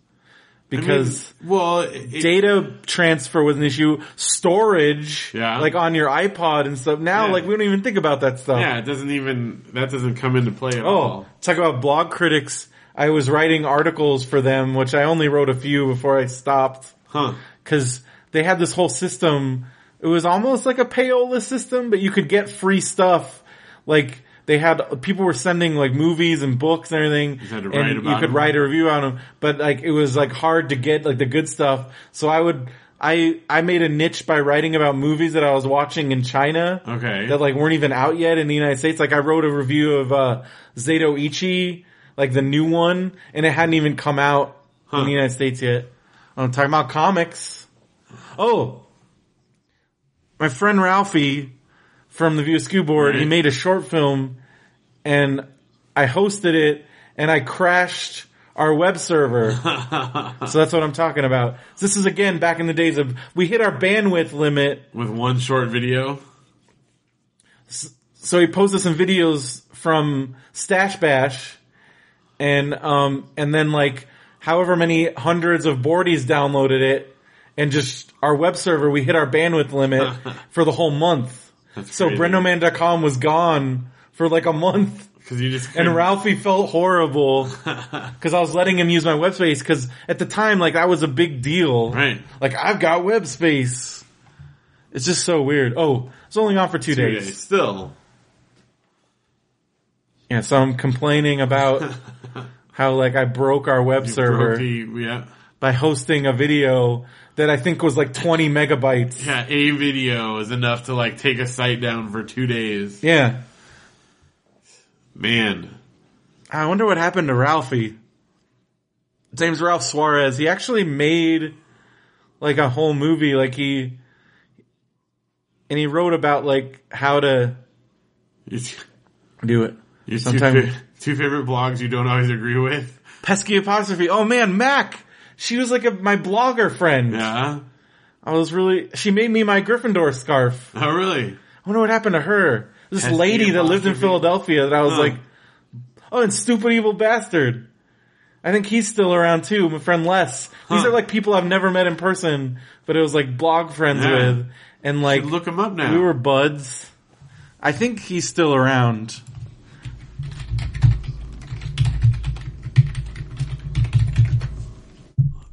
Speaker 3: I mean,
Speaker 2: because
Speaker 3: well, it,
Speaker 2: data transfer was an issue, storage,
Speaker 3: Yeah.
Speaker 2: like on your iPod and stuff. Now,
Speaker 3: Yeah.
Speaker 2: like we don't even think about that stuff.
Speaker 3: yeah, it doesn't even that doesn't come into play at
Speaker 2: Oh,
Speaker 3: all.
Speaker 2: talk about blog critics. I was writing articles for them, which I only wrote a few before I stopped
Speaker 3: Huh?
Speaker 2: because they had this whole system. It was almost like a payola system, but you could get free stuff. Like they had people were sending like movies and books and everything,
Speaker 3: had to
Speaker 2: and
Speaker 3: write
Speaker 2: you
Speaker 3: about
Speaker 2: could
Speaker 3: them.
Speaker 2: write a review on them. But like it was like hard to get like the good stuff. So I would. I, I made a niche by writing about movies that I was watching in China
Speaker 3: Okay.
Speaker 2: that like weren't even out yet in the United States. Like I wrote a review of uh Zato Ichi, like the new one, and it hadn't even come out in the United States yet. I'm talking about comics. Oh, my friend Ralphie from the View Askew board, he
Speaker 3: Right.
Speaker 2: made a short film, and I hosted it, and I crashed our web server. so that's what I'm talking about. This is again back in the days of we hit our bandwidth limit.
Speaker 3: With one short video.
Speaker 2: so he posted some videos from Stash Bash, and um, and then like however many hundreds of boardies downloaded it, and just our web server we hit our bandwidth limit for the whole month. so
Speaker 3: crazy.
Speaker 2: brendoman.com was gone for like a month.
Speaker 3: Because you just
Speaker 2: And
Speaker 3: couldn't-
Speaker 2: Ralphie felt horrible because I was letting him use my web space because at the time, like, that was a big deal.
Speaker 3: Right.
Speaker 2: Like, I've got web space. It's just so weird. Oh, it's only on for two,
Speaker 3: Two
Speaker 2: days.
Speaker 3: days. still.
Speaker 2: Yeah, so I'm complaining about how like I broke our web server
Speaker 3: Broke the- yeah.
Speaker 2: by hosting a video that I think was like 20 megabytes.
Speaker 3: Yeah, a video is enough to like take a site down for two days.
Speaker 2: Yeah.
Speaker 3: Man,
Speaker 2: I wonder what happened to Ralphie. His name's Ralph Suarez. He actually made like a whole movie. Like he, and he wrote about like how to
Speaker 3: your,
Speaker 2: do it.
Speaker 3: your two,
Speaker 2: Sometime-
Speaker 3: fa- two favorite blogs you don't always agree with.
Speaker 2: Pesky apostrophe. Oh man, Mac. She was like a, my blogger friend.
Speaker 3: Yeah.
Speaker 2: I was really, she made me my Gryffindor scarf.
Speaker 3: Oh, really?
Speaker 2: I wonder what happened to her. This
Speaker 3: Has
Speaker 2: lady
Speaker 3: she
Speaker 2: that lived in
Speaker 3: lost her
Speaker 2: Philadelphia that I was
Speaker 3: Huh.
Speaker 2: like, Oh, and Stupid Evil Bastard. I think he's still around too. My friend Les. These
Speaker 3: Huh.
Speaker 2: are like people I've never met in person, but it was like blog friends
Speaker 3: Yeah.
Speaker 2: with, and like
Speaker 3: Should look him up now.
Speaker 2: we were buds. I think he's still around.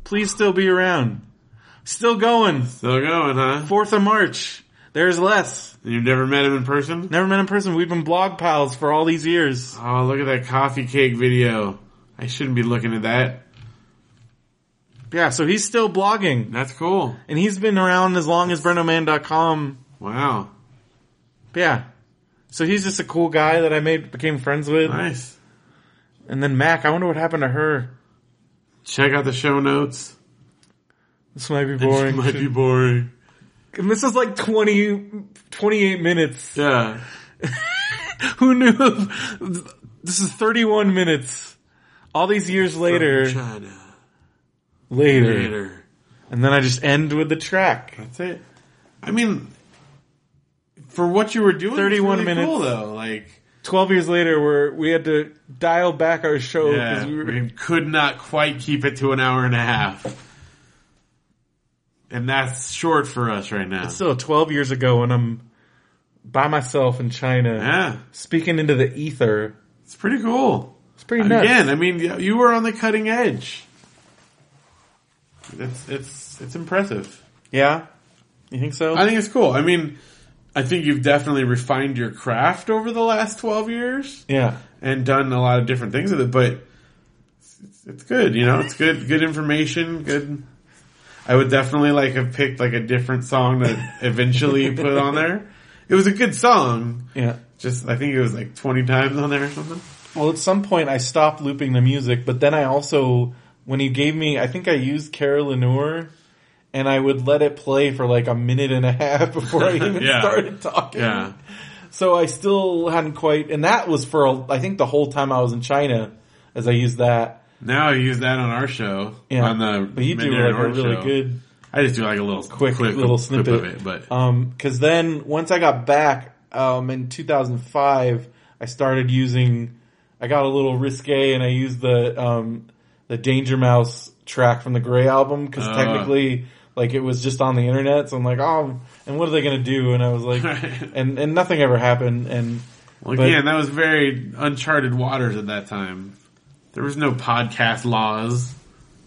Speaker 2: Please still be around. Still going.
Speaker 3: Still going, huh?
Speaker 2: Fourth of March. There's Les.
Speaker 3: You've never met him in person?
Speaker 2: Never met in person. We've been blog pals for all these years.
Speaker 3: Oh, look at that coffee cake video. I shouldn't be looking at that.
Speaker 2: Yeah, so he's still blogging.
Speaker 3: That's cool.
Speaker 2: And he's been around as long as BrendoMan.com.
Speaker 3: Wow.
Speaker 2: Yeah. So he's just a cool guy that I made became friends with.
Speaker 3: Nice.
Speaker 2: And then Mac, I wonder what happened to her.
Speaker 3: Check out the show notes.
Speaker 2: This might be
Speaker 3: It
Speaker 2: boring.
Speaker 3: might be boring.
Speaker 2: And this is like 20, 28 minutes.
Speaker 3: Yeah.
Speaker 2: Who knew? This is 31 minutes. All these years
Speaker 3: From
Speaker 2: later,
Speaker 3: China.
Speaker 2: later.
Speaker 3: Later.
Speaker 2: And then I just end with the track.
Speaker 3: That's it. I mean, for what you were doing, it's
Speaker 2: 31
Speaker 3: really
Speaker 2: minutes.
Speaker 3: cool, though. Like,
Speaker 2: 12 years later, we're, we had to dial back our show because
Speaker 3: yeah,
Speaker 2: Oh, we were,
Speaker 3: we could not quite keep it to an hour and a half. And that's short for us right now.
Speaker 2: still 12 years ago when I'm by myself in China
Speaker 3: yeah,
Speaker 2: speaking into the ether.
Speaker 3: it's pretty cool.
Speaker 2: It's pretty nuts.
Speaker 3: Again, I mean, you you were on the cutting edge. It's it's it's impressive.
Speaker 2: Yeah. You think so?
Speaker 3: I think it's cool. I mean, I think you've definitely refined your craft over the last twelve years.
Speaker 2: yeah.
Speaker 3: and done a lot of different things with it, but it's, it's good, you know, it's good, good information, good. I would definitely like have picked like a different song to eventually put on there. It was a good song,
Speaker 2: Yeah.
Speaker 3: just I think it was like 20 times on there or something.
Speaker 2: Well, at some point I stopped looping the music, but then I also, when you gave me, I think I used Carol Lenoir, and I would let it play for like a minute and a half before I even
Speaker 3: Yeah.
Speaker 2: started talking.
Speaker 3: Yeah.
Speaker 2: So I still hadn't quite, and that was for, a, I think the whole time I was in China, as I used that.
Speaker 3: Now I use that on our show
Speaker 2: Yeah.
Speaker 3: on the
Speaker 2: But you do
Speaker 3: Mandarin
Speaker 2: like a
Speaker 3: Orange
Speaker 2: really
Speaker 3: show.
Speaker 2: good,
Speaker 3: I just do like a little
Speaker 2: quick, little snippet.
Speaker 3: of it, but
Speaker 2: Um, cause then once I got back, um, in 2005, I started using, I got a little risque and I used the, um, the Danger Mouse track from the Grey album. Cause
Speaker 3: Ah.
Speaker 2: technically, like it was just on the internet. So I'm like, oh, and what are they going to do? And I was like, and, and nothing ever happened. And
Speaker 3: Well,
Speaker 2: Uh, But-
Speaker 3: again, that was very uncharted waters at that time. There was no podcast laws.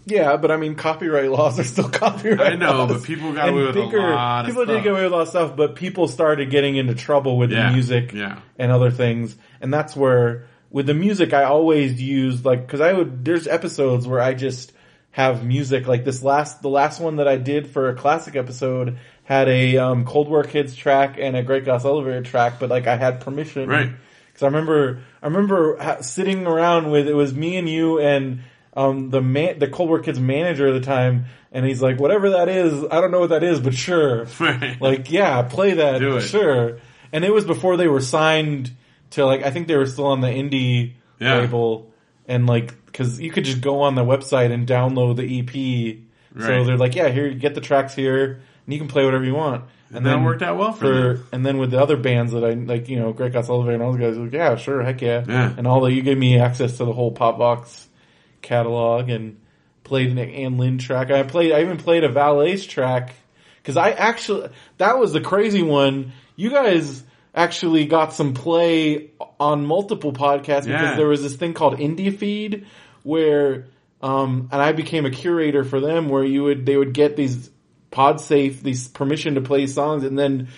Speaker 2: yeah, but I mean, copyright laws are still copyright.
Speaker 3: I know,
Speaker 2: laws.
Speaker 3: but people got
Speaker 2: And
Speaker 3: away with
Speaker 2: bigger-
Speaker 3: a lot.
Speaker 2: People
Speaker 3: of
Speaker 2: did
Speaker 3: stuff.
Speaker 2: get away with a lot of stuff, but people started getting into trouble with
Speaker 3: yeah.
Speaker 2: the music.
Speaker 3: Yeah,
Speaker 2: and other things. And that's where with the music, I always use like, cause I would, there's episodes where I just have music like this last, the last one that I did for a classic episode had a, um, Cold War Kids track and a Great Glass Elevator track, but like I had permission.
Speaker 3: Right.
Speaker 2: Cause I remember, I remember ha- sitting around with, it was me and you and, um, the man, the Cold War Kids manager at the time, and he's like, whatever that is, I don't know what that is, but sure.
Speaker 3: right.
Speaker 2: Like, yeah, play that,
Speaker 3: Do it.
Speaker 2: sure. And it was before they were signed to like I think they were still on the indie
Speaker 3: Yeah.
Speaker 2: label, and like because you could just go on the website and download the EP. So
Speaker 3: Right.
Speaker 2: they're like, yeah, here, get the tracks here, and you can play whatever you want. And,
Speaker 3: that worked out well for
Speaker 2: for-
Speaker 3: them.
Speaker 2: and then with the other bands that I like, you know, Greg Got Sullivan and all those guys, like, yeah, sure, heck yeah,
Speaker 3: Yeah.
Speaker 2: and all that. You gave me access to the whole Popbox catalog and played an Ann Lynn track. I played, I even played a Valet's track because I actually that was the crazy one. You guys actually got some play on multiple podcasts because
Speaker 3: Yeah.
Speaker 2: there was this thing called Indie Feed where, um, and I became a curator for them where you would they would get these PodSafe these permission to play songs and then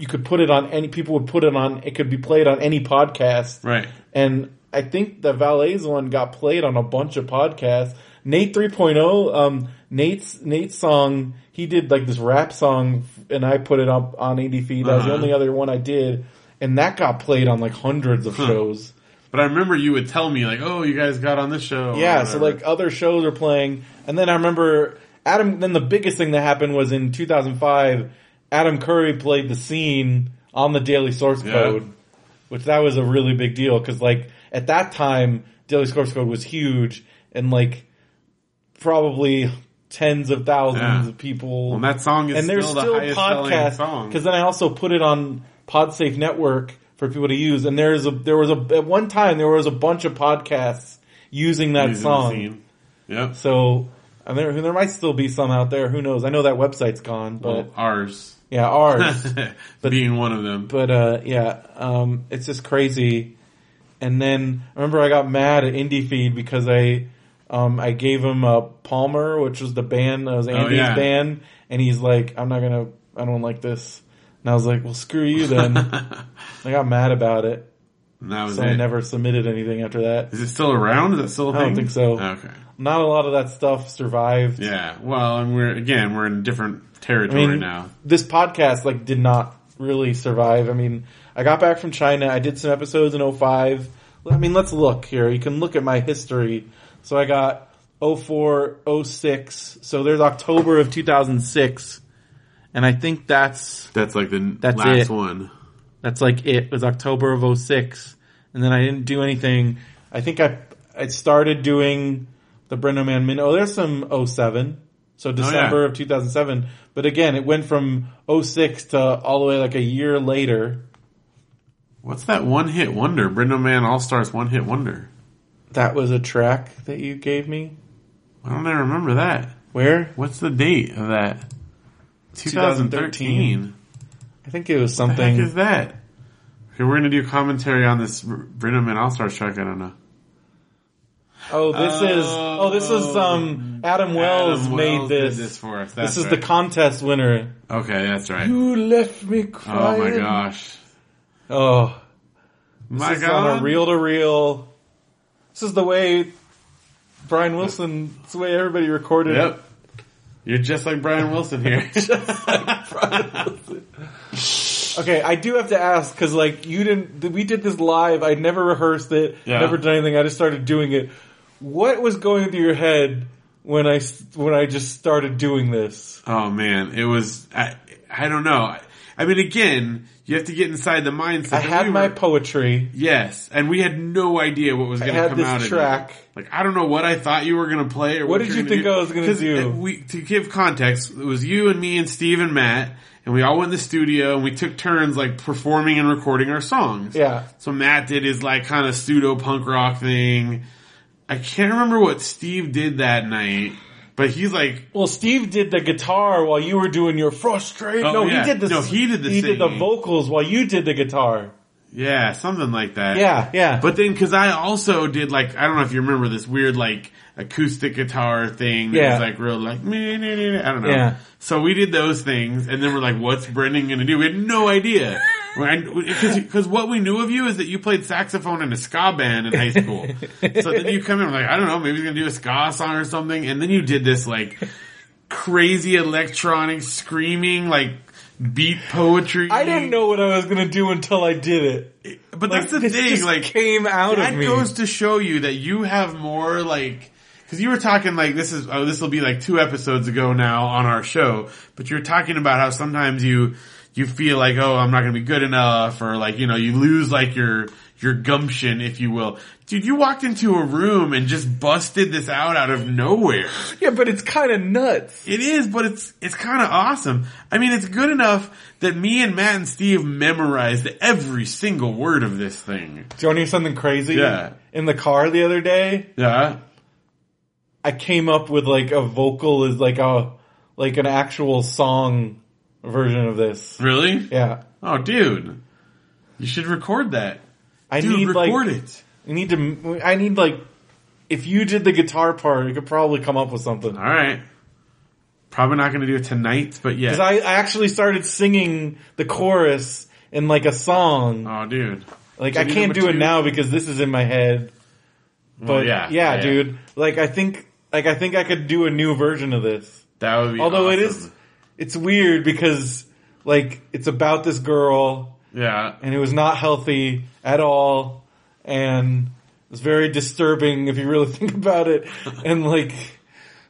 Speaker 2: you could put it on any people would put it on it could be played on any podcast
Speaker 3: Right.
Speaker 2: and I think the valets one got played on a bunch of podcasts. Nate 3.0, um, Nate's Nate's song, he did like this rap song, and I put it up on AD feed. That was the
Speaker 3: Uh-huh.
Speaker 2: only other one I did, and that got played on like hundreds of shows.
Speaker 3: But I remember you would tell me like, "Oh, you guys got on this show." or
Speaker 2: Yeah, so
Speaker 3: whatever.
Speaker 2: like other shows are playing, and then I remember Adam. Then the biggest thing that happened was in 2005, Adam Curry played the scene on the Daily Source
Speaker 3: Yeah.
Speaker 2: Code, which that was a really big deal because like at that time, Daily Source Code was huge, and like probably tens of thousands
Speaker 3: Yeah.
Speaker 2: of people.
Speaker 3: and that song is
Speaker 2: and there's
Speaker 3: still, the
Speaker 2: still
Speaker 3: highest selling
Speaker 2: podcasts
Speaker 3: song.
Speaker 2: because then I also put it on PodSafe Network. for people to use. And there is a there was a at one time there was a bunch of podcasts using that
Speaker 3: Using the
Speaker 2: song.
Speaker 3: scene. Yep.
Speaker 2: So and there there might still be some out there. Who knows? I know that website's gone, but
Speaker 3: Well, ours.
Speaker 2: yeah, ours.
Speaker 3: Being one of them.
Speaker 2: but uh, yeah, um, it's just crazy. And then I remember I got mad at Indie Feed because I um, I gave him uh, Palmer, which was the band that was Andy's
Speaker 3: Oh, yeah.
Speaker 2: band, and he's like, "I'm not gonna, I don't like this." And I was like, "Well, screw you then." I got mad about it,
Speaker 3: And that was
Speaker 2: so
Speaker 3: it.
Speaker 2: I never submitted anything after that.
Speaker 3: Is it still around? Is that still a
Speaker 2: I don't
Speaker 3: thing?
Speaker 2: think so.
Speaker 3: Okay.
Speaker 2: Not a lot of that stuff survived.
Speaker 3: Yeah. Well, and we're again we're in different territory
Speaker 2: I mean,
Speaker 3: now.
Speaker 2: This podcast like did not really survive. I mean, I got back from China. I did some episodes in 05. I mean, let's look here. You can look at my history. So I got 04, 06. So there's October of 2006. And I think that's
Speaker 3: That's like the
Speaker 2: That's
Speaker 3: last
Speaker 2: it.
Speaker 3: one.
Speaker 2: that's like it. It was October of 06. And then I didn't do anything. I think I I started doing the Brendo Man Min. Oh, there's some 07.
Speaker 3: Oh,
Speaker 2: So December of 2007. But again, it went from 06 to all the way like a year later.
Speaker 3: What's that one hit wonder? Brendo Man All Stars one hit wonder.
Speaker 2: That was a track that you gave me.
Speaker 3: Why don't I remember that?
Speaker 2: Where?
Speaker 3: What's the date of that?
Speaker 2: 2013.
Speaker 3: 2013.
Speaker 2: I think it was
Speaker 3: What the heck
Speaker 2: something.
Speaker 3: is that? Okay, we're gonna do commentary on this Br- Brendo Man All Stars track. I don't know.
Speaker 2: oh, this is. Oh, this is um Adam Wells,
Speaker 3: Adam
Speaker 2: made
Speaker 3: Wells did
Speaker 2: this.
Speaker 3: this for us. That's
Speaker 2: This is the
Speaker 3: right.
Speaker 2: contest winner.
Speaker 3: okay. That's right.
Speaker 2: You left me
Speaker 3: Oh
Speaker 2: crying.
Speaker 3: my gosh.
Speaker 2: Oh.
Speaker 3: my
Speaker 2: this is
Speaker 3: God.
Speaker 2: on a reel to reel. This is the way Brian Wilson. It's the way everybody recorded.
Speaker 3: Yep. You're just like Brian Wilson here.
Speaker 2: it. Okay, I do have to ask because like you didn't. We did this live. I never rehearsed it.
Speaker 3: Yeah.
Speaker 2: Never did anything. I just started doing it. What was going through your head when I s- when I just started doing this?
Speaker 3: oh man, it was. I, I don't know. I, I mean, again, you have to get inside the mindset.
Speaker 2: I had
Speaker 3: We
Speaker 2: my
Speaker 3: were-
Speaker 2: poetry.
Speaker 3: yes, and we had no idea what was going to
Speaker 2: had
Speaker 3: come
Speaker 2: this
Speaker 3: out
Speaker 2: track.
Speaker 3: of it. Like I don't know what I thought you were going to play or what,
Speaker 2: did
Speaker 3: you're
Speaker 2: you
Speaker 3: gonna
Speaker 2: think I was gonna
Speaker 3: 'Cause,
Speaker 2: do?
Speaker 3: uh, We to give context, it was you and me and Steve and Matt, and we all went in the studio and we took turns like performing and recording our songs.
Speaker 2: Yeah.
Speaker 3: So Matt did his like kind of pseudo punk rock thing. I can't remember what Steve did that night, but he's like
Speaker 2: Well, Steve did the guitar while you were doing your frustrated.
Speaker 3: Oh,
Speaker 2: no,
Speaker 3: yeah.
Speaker 2: he did the
Speaker 3: No, he did the
Speaker 2: he did the
Speaker 3: singing.
Speaker 2: vocals while you did the guitar.
Speaker 3: Yeah, something like that.
Speaker 2: Yeah, yeah.
Speaker 3: But then, cause I also did like, I don't know if you remember this weird like acoustic guitar thing that
Speaker 2: Yeah.
Speaker 3: was like real like, meh, meh, meh, meh, I don't know.
Speaker 2: Yeah.
Speaker 3: So we did those things and then we're like, what's Brendan gonna do? We had no idea. Right? Cause, cause what we knew of you is that you played saxophone in a ska band in high school. so then you come in, we're like, I don't know, maybe he's gonna do a ska song or something. And then you did this like crazy electronic screaming like beat poetry.
Speaker 2: I didn't know what I was gonna do until I did it.
Speaker 3: But that's the
Speaker 2: this
Speaker 3: thing,
Speaker 2: just
Speaker 3: like
Speaker 2: came out
Speaker 3: that
Speaker 2: of me.
Speaker 3: goes to show you that you have more like because you were talking like this is oh this will be like two episodes ago now on our show, but you're talking about how sometimes you you feel like oh I'm not gonna be good enough or like you know you lose like your your gumption if you will, dude. You walked into a room and just busted this out out of nowhere.
Speaker 2: yeah, but it's kind of nuts.
Speaker 3: It is, but it's it's kind of awesome. I mean, it's good enough that me and Matt and Steve memorized every single word of this thing.
Speaker 2: Do you want to hear something crazy?
Speaker 3: Yeah.
Speaker 2: In the car the other day,
Speaker 3: Yeah.
Speaker 2: I came up with like a vocal is like a like an actual song version of this.
Speaker 3: Really?
Speaker 2: Yeah.
Speaker 3: Oh, dude. You should record that.
Speaker 2: I
Speaker 3: Dude,
Speaker 2: need like
Speaker 3: record it.
Speaker 2: I need to I need like if you did the guitar part, you could probably come up with something.
Speaker 3: All right. Probably not going to do it tonight, but
Speaker 2: Cuz
Speaker 3: yeah.
Speaker 2: I, I actually started singing the chorus in like a song.
Speaker 3: oh, dude.
Speaker 2: Like
Speaker 3: So
Speaker 2: I
Speaker 3: do
Speaker 2: can't
Speaker 3: number
Speaker 2: do it
Speaker 3: two.
Speaker 2: now because this is in my head. But
Speaker 3: Well,
Speaker 2: yeah,
Speaker 3: yeah,
Speaker 2: yeah,
Speaker 3: yeah.
Speaker 2: dude. Like I think, like I think I could do a new version of this.
Speaker 3: That would be.
Speaker 2: Although it is,
Speaker 3: awesome.
Speaker 2: it's weird because like it's about this girl
Speaker 3: Yeah.
Speaker 2: and it was not healthy at all, and it's very disturbing if you really think about it. and like,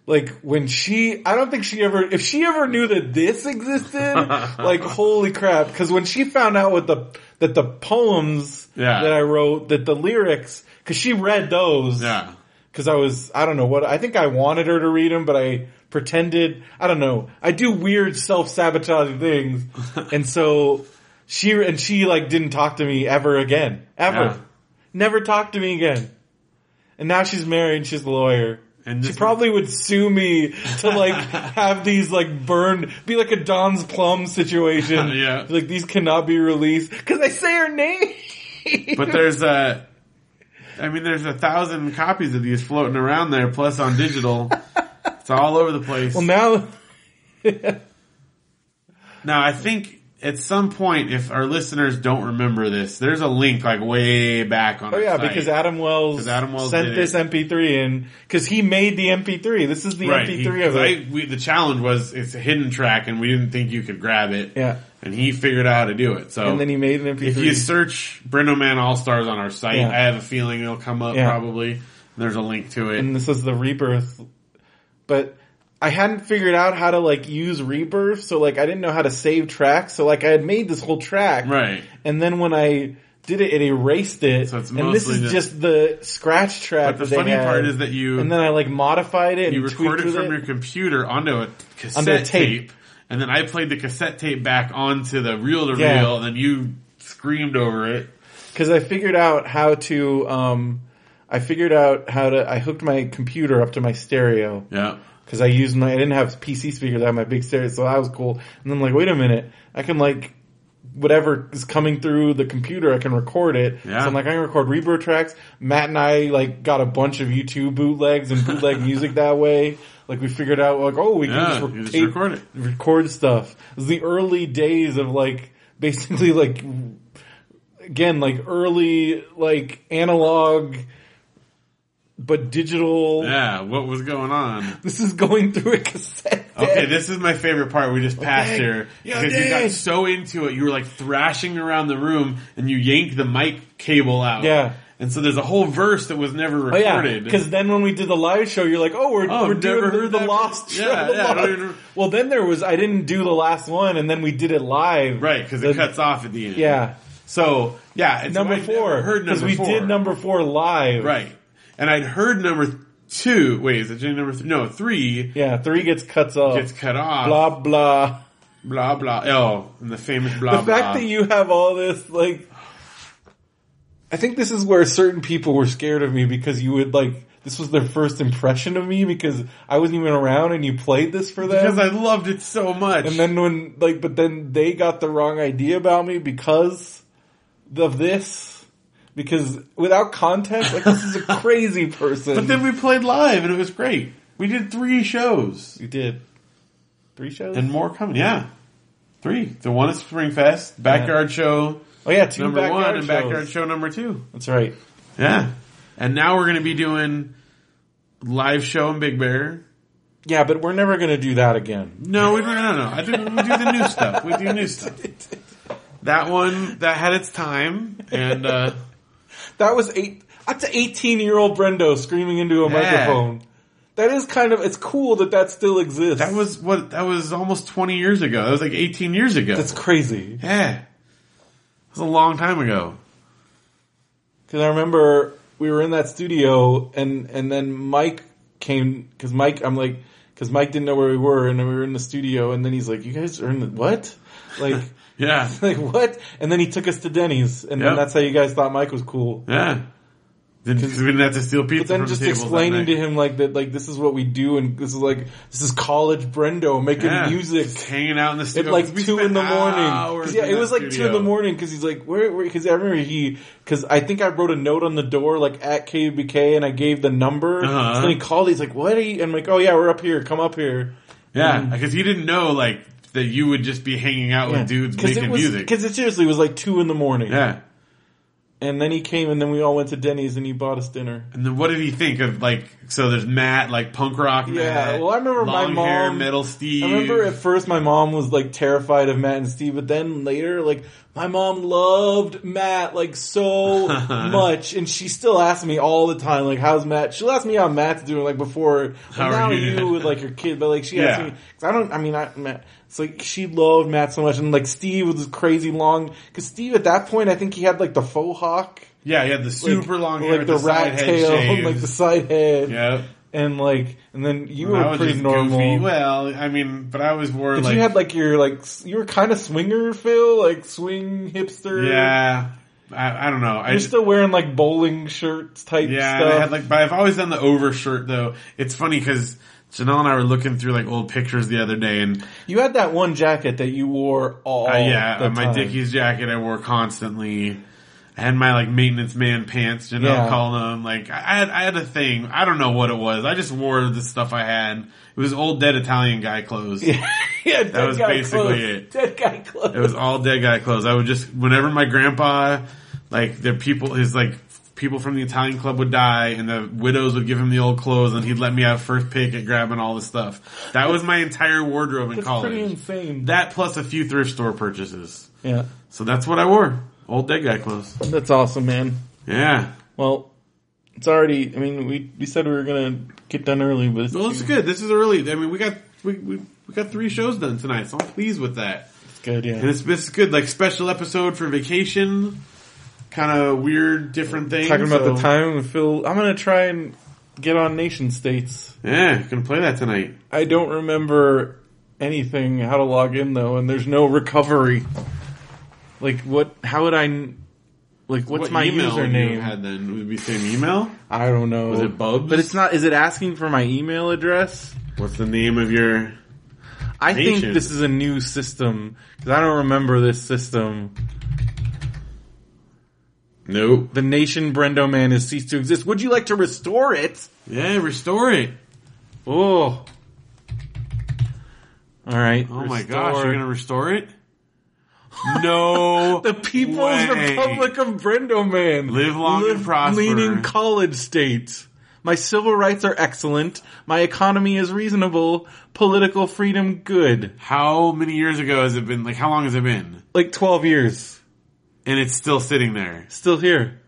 Speaker 2: like when she, I don't think she ever, if she ever knew that this existed, like holy crap! Because when she found out what the that the poems
Speaker 3: Yeah.
Speaker 2: that I wrote, that the lyrics, because she read those,
Speaker 3: Yeah.
Speaker 2: because I was, I don't know what, I think I wanted her to read them, but I pretended, I don't know, I do weird self-sabotaging things. and so She and she like didn't talk to me ever again. Ever.
Speaker 3: Yeah.
Speaker 2: Never talked to me again. And now she's married and she's a lawyer.
Speaker 3: And
Speaker 2: she
Speaker 3: this-
Speaker 2: probably would sue me to like have these like burned, be like a Don's Plum situation.
Speaker 3: Yeah.
Speaker 2: Like these cannot be released because I say her name.
Speaker 3: But there's a, I mean, there's a thousand copies of these floating around there, plus on digital. it's all over the place.
Speaker 2: well now,
Speaker 3: Now, I think at some point, if our listeners don't remember this, there's a link like way back on.
Speaker 2: oh
Speaker 3: our
Speaker 2: yeah,
Speaker 3: site.
Speaker 2: because Adam Wells,
Speaker 3: 'Cause Adam Wells
Speaker 2: sent
Speaker 3: did
Speaker 2: this
Speaker 3: it.
Speaker 2: MP3 in because he made the MP3. This is the
Speaker 3: right,
Speaker 2: MP3
Speaker 3: he-
Speaker 2: of
Speaker 3: 'cause
Speaker 2: it.
Speaker 3: I, we, the challenge was it's a hidden track, and we didn't think you could grab it.
Speaker 2: yeah,
Speaker 3: and he figured out how to do it. So
Speaker 2: and then he made an MP3.
Speaker 3: if you search Brendo Man All Stars on our site,
Speaker 2: Yeah.
Speaker 3: I have a feeling it'll come up
Speaker 2: Yeah.
Speaker 3: probably. There's a link to it.
Speaker 2: and this is the rebirth but i hadn't figured out how to like use rebirth so like i didn't know how to save tracks so like i had made this whole track
Speaker 3: right.
Speaker 2: and then when i did it it erased it
Speaker 3: So it's
Speaker 2: and this
Speaker 3: mostly
Speaker 2: is
Speaker 3: the-
Speaker 2: just the scratch track
Speaker 3: But the
Speaker 2: that they
Speaker 3: funny
Speaker 2: had.
Speaker 3: part is that you
Speaker 2: and then i like modified it
Speaker 3: you
Speaker 2: and tweaked
Speaker 3: recorded
Speaker 2: with
Speaker 3: from
Speaker 2: it.
Speaker 3: your computer onto a cassette
Speaker 2: Onto a
Speaker 3: tape.
Speaker 2: tape.
Speaker 3: and then I played the cassette tape back onto the reel to
Speaker 2: Yeah.
Speaker 3: reel, and then you screamed over it.
Speaker 2: because I figured out how to. Um, I figured out how to. I hooked my computer up to my stereo
Speaker 3: Yeah.
Speaker 2: because I used my. I didn't have PC speakers. I had my big stereo, so that was cool. And then like, wait a minute, I can like whatever is coming through the computer, I can record it.
Speaker 3: Yeah.
Speaker 2: So I'm like, I can record rebirth tracks. Matt and I like got a bunch of YouTube bootlegs and bootleg music that way. Like we figured out like, oh, we can
Speaker 3: Yeah,
Speaker 2: just, re-
Speaker 3: you just
Speaker 2: tape-
Speaker 3: record it.
Speaker 2: record stuff. It was the early days of like basically like again like early like analog but digital.
Speaker 3: Yeah. What was going on?
Speaker 2: This is going through a cassette.
Speaker 3: Okay,
Speaker 2: deck.
Speaker 3: this is my favorite part. We just passed
Speaker 2: Okay.
Speaker 3: here
Speaker 2: Yeah,
Speaker 3: because you got
Speaker 2: Dave.
Speaker 3: so into it, you were like thrashing around the room, and you yanked the mic cable out.
Speaker 2: Yeah.
Speaker 3: and so there's a whole verse that was never
Speaker 2: Oh yeah,
Speaker 3: recorded.
Speaker 2: because then when we did the live show, you're like, "Oh, we're
Speaker 3: Oh,
Speaker 2: we're
Speaker 3: I've never
Speaker 2: doing the,
Speaker 3: heard
Speaker 2: the
Speaker 3: that
Speaker 2: lost
Speaker 3: before.
Speaker 2: show."
Speaker 3: Yeah,
Speaker 2: the
Speaker 3: yeah, I don't
Speaker 2: lost-
Speaker 3: even-
Speaker 2: Well, then there was I didn't do the last one, and then we did it live.
Speaker 3: right, because it
Speaker 2: The-
Speaker 3: cuts off at the end.
Speaker 2: Yeah,
Speaker 3: So yeah, it's
Speaker 2: number
Speaker 3: I'd never
Speaker 2: four
Speaker 3: Heard number
Speaker 2: we
Speaker 3: four.
Speaker 2: did number four live.
Speaker 3: Right. And I'd heard number two. Wait, is it Jenny number three? No, three
Speaker 2: Yeah, three gets cuts off.
Speaker 3: gets cut off. Blah
Speaker 2: blah blah.
Speaker 3: blah. Oh, and the famous blah
Speaker 2: the
Speaker 3: blah.
Speaker 2: fact that you have all this like i think this is where certain people were scared of me because you would like this was their first impression of me because i wasn't even around and you played this for them
Speaker 3: because I loved it so much.
Speaker 2: and then when like but then they got the wrong idea about me because of this because without context like this is a crazy person
Speaker 3: but then we played live and it was great. We did three shows
Speaker 2: you did three shows
Speaker 3: and more coming. Yeah, three. The one at Spring Fest, backyard show
Speaker 2: oh yeah two
Speaker 3: number one,
Speaker 2: backyard
Speaker 3: and
Speaker 2: shows.
Speaker 3: backyard show number two.
Speaker 2: that's right
Speaker 3: Yeah, and now we're going to be doing live show in Big Bear.
Speaker 2: yeah but we're never gonna do that again
Speaker 3: No, we no no no. I think we do the new stuff. We do new stuff. That one that had its time, and uh,
Speaker 2: That was eight. That's an eighteen-year-old Brendo screaming into a
Speaker 3: Yeah.
Speaker 2: microphone. That is kind of. It's cool that that still exists.
Speaker 3: that was what that was almost twenty years ago. That was like eighteen years ago.
Speaker 2: That's crazy.
Speaker 3: yeah, that was a long time ago.
Speaker 2: Because I remember we were in that studio, and and then Mike came because Mike, I'm like, because Mike didn't know where we were, and then we were in the studio, and then he's like, "You guys are in the what?" Like,
Speaker 3: Yeah,
Speaker 2: like what? And then he took us to Denny's, and
Speaker 3: Yep.
Speaker 2: then that's how you guys thought Mike was cool.
Speaker 3: yeah. Then 'cause we didn't have to steal pizza.
Speaker 2: But then
Speaker 3: from
Speaker 2: just
Speaker 3: the tables
Speaker 2: explaining
Speaker 3: that
Speaker 2: to him like that, like this is what we do, and this is like this is college Brendo making
Speaker 3: night. Yeah.
Speaker 2: music.
Speaker 3: just hanging out in the
Speaker 2: at
Speaker 3: studio
Speaker 2: like
Speaker 3: We
Speaker 2: two
Speaker 3: spent
Speaker 2: in the morning.
Speaker 3: hours
Speaker 2: 'Cause, Yeah,
Speaker 3: in
Speaker 2: it
Speaker 3: that
Speaker 2: was like two in
Speaker 3: studio.
Speaker 2: the morning because he's like, where? Because I remember he, because I think I wrote a note on the door like at KUBK and I gave the number.
Speaker 3: Uh-huh.
Speaker 2: So then he called. He's like, what? Are you? And I'm like, oh yeah, we're up here. Come up here.
Speaker 3: Yeah,
Speaker 2: Mm-hmm.
Speaker 3: because he didn't know like that you would just be hanging out with Oh, dudes making
Speaker 2: it was,
Speaker 3: music.
Speaker 2: Because it seriously was like two in the morning.
Speaker 3: Yeah.
Speaker 2: And then he came and then we all went to Denny's and he bought us dinner.
Speaker 3: And then what did he think of like? So there's Matt, like punk rock.
Speaker 2: Yeah,
Speaker 3: Matt,
Speaker 2: well, I remember my
Speaker 3: long hair,
Speaker 2: mom-
Speaker 3: metal Steve.
Speaker 2: I remember at first my mom was like terrified of Matt and Steve, but then later, like my mom loved Matt like so much, and she still asks me all the time, like, "How's Matt?" She'll ask me how Matt's doing, like before.
Speaker 3: How
Speaker 2: like, now
Speaker 3: are
Speaker 2: are
Speaker 3: you?"
Speaker 2: you with like your kid? But like she asks
Speaker 3: Yeah.
Speaker 2: me because I don't. I mean, I, Matt. It's like she loved Matt so much, and like Steve with his crazy long. Because Steve at that point, I think he had like the faux hawk,
Speaker 3: yeah, he had the
Speaker 2: like-
Speaker 3: super long hair,
Speaker 2: like
Speaker 3: the,
Speaker 2: the, rat tail, like the side head.
Speaker 3: yeah,
Speaker 2: and like and then you
Speaker 3: I
Speaker 2: were
Speaker 3: was
Speaker 2: pretty
Speaker 3: just
Speaker 2: normal.
Speaker 3: goofy. Well, I mean, but I was more
Speaker 2: But
Speaker 3: like,
Speaker 2: you had like your like s- you were kind of swinger Phil, like swing hipster.
Speaker 3: yeah, I, I don't know. I
Speaker 2: you're
Speaker 3: just,
Speaker 2: still wearing like bowling shirts type
Speaker 3: yeah, and
Speaker 2: stuff.
Speaker 3: I had like, but I've always done the overshirt though. It's funny because Janelle and I were looking through like old pictures the other day, and
Speaker 2: you had that one jacket that you wore all.
Speaker 3: uh, yeah,
Speaker 2: Oh, the
Speaker 3: uh, my
Speaker 2: time.
Speaker 3: Dickies jacket I wore constantly. I had my like maintenance man pants, Janelle
Speaker 2: Yeah.
Speaker 3: called them. Like I I had, I had a thing. I don't know what it was. I just wore the stuff I had. It was old dead Italian guy clothes.
Speaker 2: yeah, that
Speaker 3: was basically it.
Speaker 2: Dead guy clothes.
Speaker 3: It was all dead guy clothes. I would just whenever my grandpa, like the people, his like people from the Italian club would die, and the widows would give him the old clothes, and he'd let me have first pick at grabbing all the stuff. That was my entire wardrobe in
Speaker 2: That's pretty
Speaker 3: college.
Speaker 2: insane.
Speaker 3: That plus a few thrift store purchases.
Speaker 2: yeah,
Speaker 3: So that's what I wore. Old dead guy clothes.
Speaker 2: that's awesome, man.
Speaker 3: Yeah.
Speaker 2: Well, it's already. I mean, we we said we were gonna get done early, but it's
Speaker 3: Well, this is good. This is early. I mean, we got we we, we got three shows done tonight, so I'm pleased with that.
Speaker 2: it's good. Yeah,
Speaker 3: And it's this is good, like special episode for vacation. Kind of weird, different thing.
Speaker 2: talking about the
Speaker 3: so-
Speaker 2: time and Phil. I'm gonna try and get on nation states.
Speaker 3: Yeah, gonna play that tonight.
Speaker 2: I don't remember anything how to log in though, and there's no recovery. Like what? How would I? kn- Like what's
Speaker 3: What
Speaker 2: my
Speaker 3: email
Speaker 2: username?
Speaker 3: You had then would it be same email.
Speaker 2: I don't know.
Speaker 3: Was it Bubs?
Speaker 2: But it's not. Is it asking for my email address?
Speaker 3: What's the name of your?
Speaker 2: I
Speaker 3: Nation.
Speaker 2: think this is a new system because I don't remember this system.
Speaker 3: Nope.
Speaker 2: The nation Brendo Man has ceased to exist. Would you like to restore it?
Speaker 3: Yeah, restore it.
Speaker 2: Oh. All right.
Speaker 3: Oh my
Speaker 2: restore.
Speaker 3: gosh, you're gonna restore it? No.
Speaker 2: The People's
Speaker 3: way.
Speaker 2: Republic of Brendo Man.
Speaker 3: Live long and prosper.
Speaker 2: Leaning college state. My civil rights are excellent. My economy is reasonable. Political freedom good.
Speaker 3: How many years ago has it been? Like, how long has it been?
Speaker 2: Like 12 years.
Speaker 3: And it's still sitting there.
Speaker 2: Still here.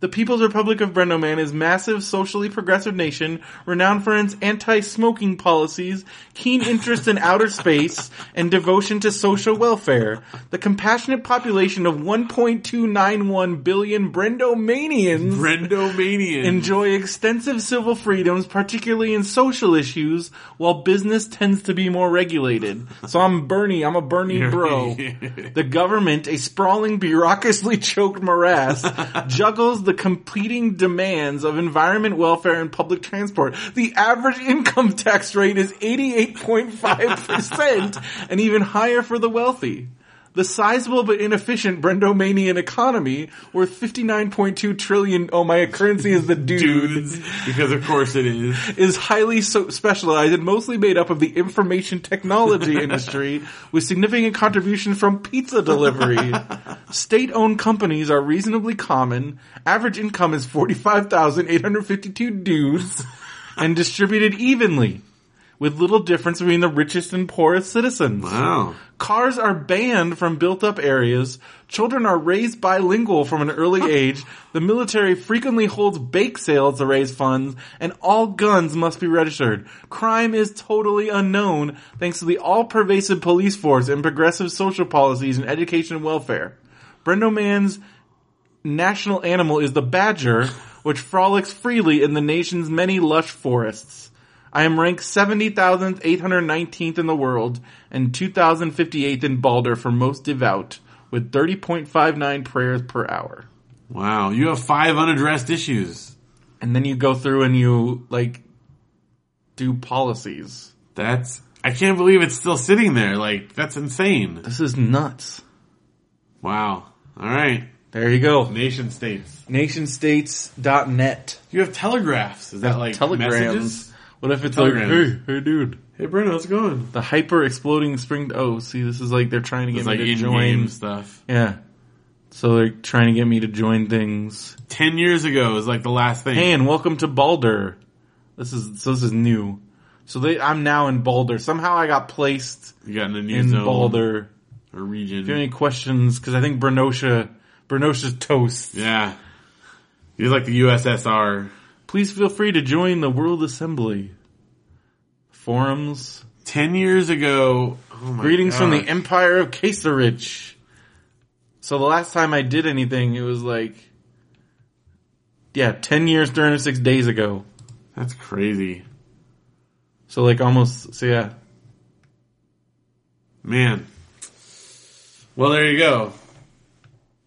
Speaker 2: The People's Republic of Brendo Man is massive, socially progressive nation, renowned for its anti-smoking policies, keen interest in outer space, and devotion to social welfare. The compassionate population of 1.291 billion Brendomanians
Speaker 3: Brendomanian.
Speaker 2: enjoy extensive civil freedoms, particularly in social issues, while business tends to be more regulated. So I'm Bernie. I'm a Bernie bro. The government, a sprawling, bureaucracy choked morass, juggles the competing demands of environment, welfare, and public transport. The average income tax rate is 88.5% and even higher for the wealthy. The sizable but inefficient Brendomanian economy, worth 59.2 trillion, oh my currency is the
Speaker 3: dudes, because of course it is.
Speaker 2: is highly so- specialized and mostly made up of the information technology industry with significant contributions from pizza delivery. State-owned companies are reasonably common. Average income is 45,852 dudes and distributed evenly with little difference between the richest and poorest citizens.
Speaker 3: Wow.
Speaker 2: Cars are banned from built up areas. Children are raised bilingual from an early age. The military frequently holds bake sales to raise funds and all guns must be registered. Crime is totally unknown thanks to the all pervasive police force and progressive social policies and education and welfare. Brendo Man's national animal is the badger, which frolics freely in the nation's many lush forests. I am ranked 70,819th in the world and 2,058th in Balder for most devout, with 30.59 prayers per hour.
Speaker 3: Wow. You have five unaddressed issues.
Speaker 2: And then you go through and you, like, do policies.
Speaker 3: That's, I can't believe it's still sitting there. Like, that's insane.
Speaker 2: This is nuts.
Speaker 3: Wow. All right.
Speaker 2: There you go.
Speaker 3: Nation states.
Speaker 2: Nationstates.net.
Speaker 3: You have telegraphs. Is that like
Speaker 2: Telegrams.
Speaker 3: messages?
Speaker 2: What if it's
Speaker 3: Telegrams.
Speaker 2: like, hey, hey dude,
Speaker 3: Hey, Bruno, how's it going?
Speaker 2: the hyper exploding spring, oh, see, this is like they're trying to get
Speaker 3: It's
Speaker 2: me
Speaker 3: like
Speaker 2: to
Speaker 3: in
Speaker 2: join.
Speaker 3: game stuff.
Speaker 2: Yeah. So they're trying to get me to join things.
Speaker 3: Ten years ago is like the last thing.
Speaker 2: Hey, and welcome to Balder. This is so this is new. So they, I'm now in Balder. Somehow I got placed
Speaker 3: You got in a new
Speaker 2: in
Speaker 3: zone
Speaker 2: Balder. If
Speaker 3: or
Speaker 2: you have
Speaker 3: region.
Speaker 2: any questions, because I think Bernosha, Bernosha's toast.
Speaker 3: Yeah. You're like the USSR.
Speaker 2: Please feel free to join the World Assembly forums.
Speaker 3: Ten years ago. Oh my
Speaker 2: Greetings from the
Speaker 3: gosh.
Speaker 2: Empire of Kaserich. So the last time I did anything, it was like, yeah, ten years, three hundred six days ago.
Speaker 3: That's crazy.
Speaker 2: So like almost so yeah.
Speaker 3: Man. Well, there you go.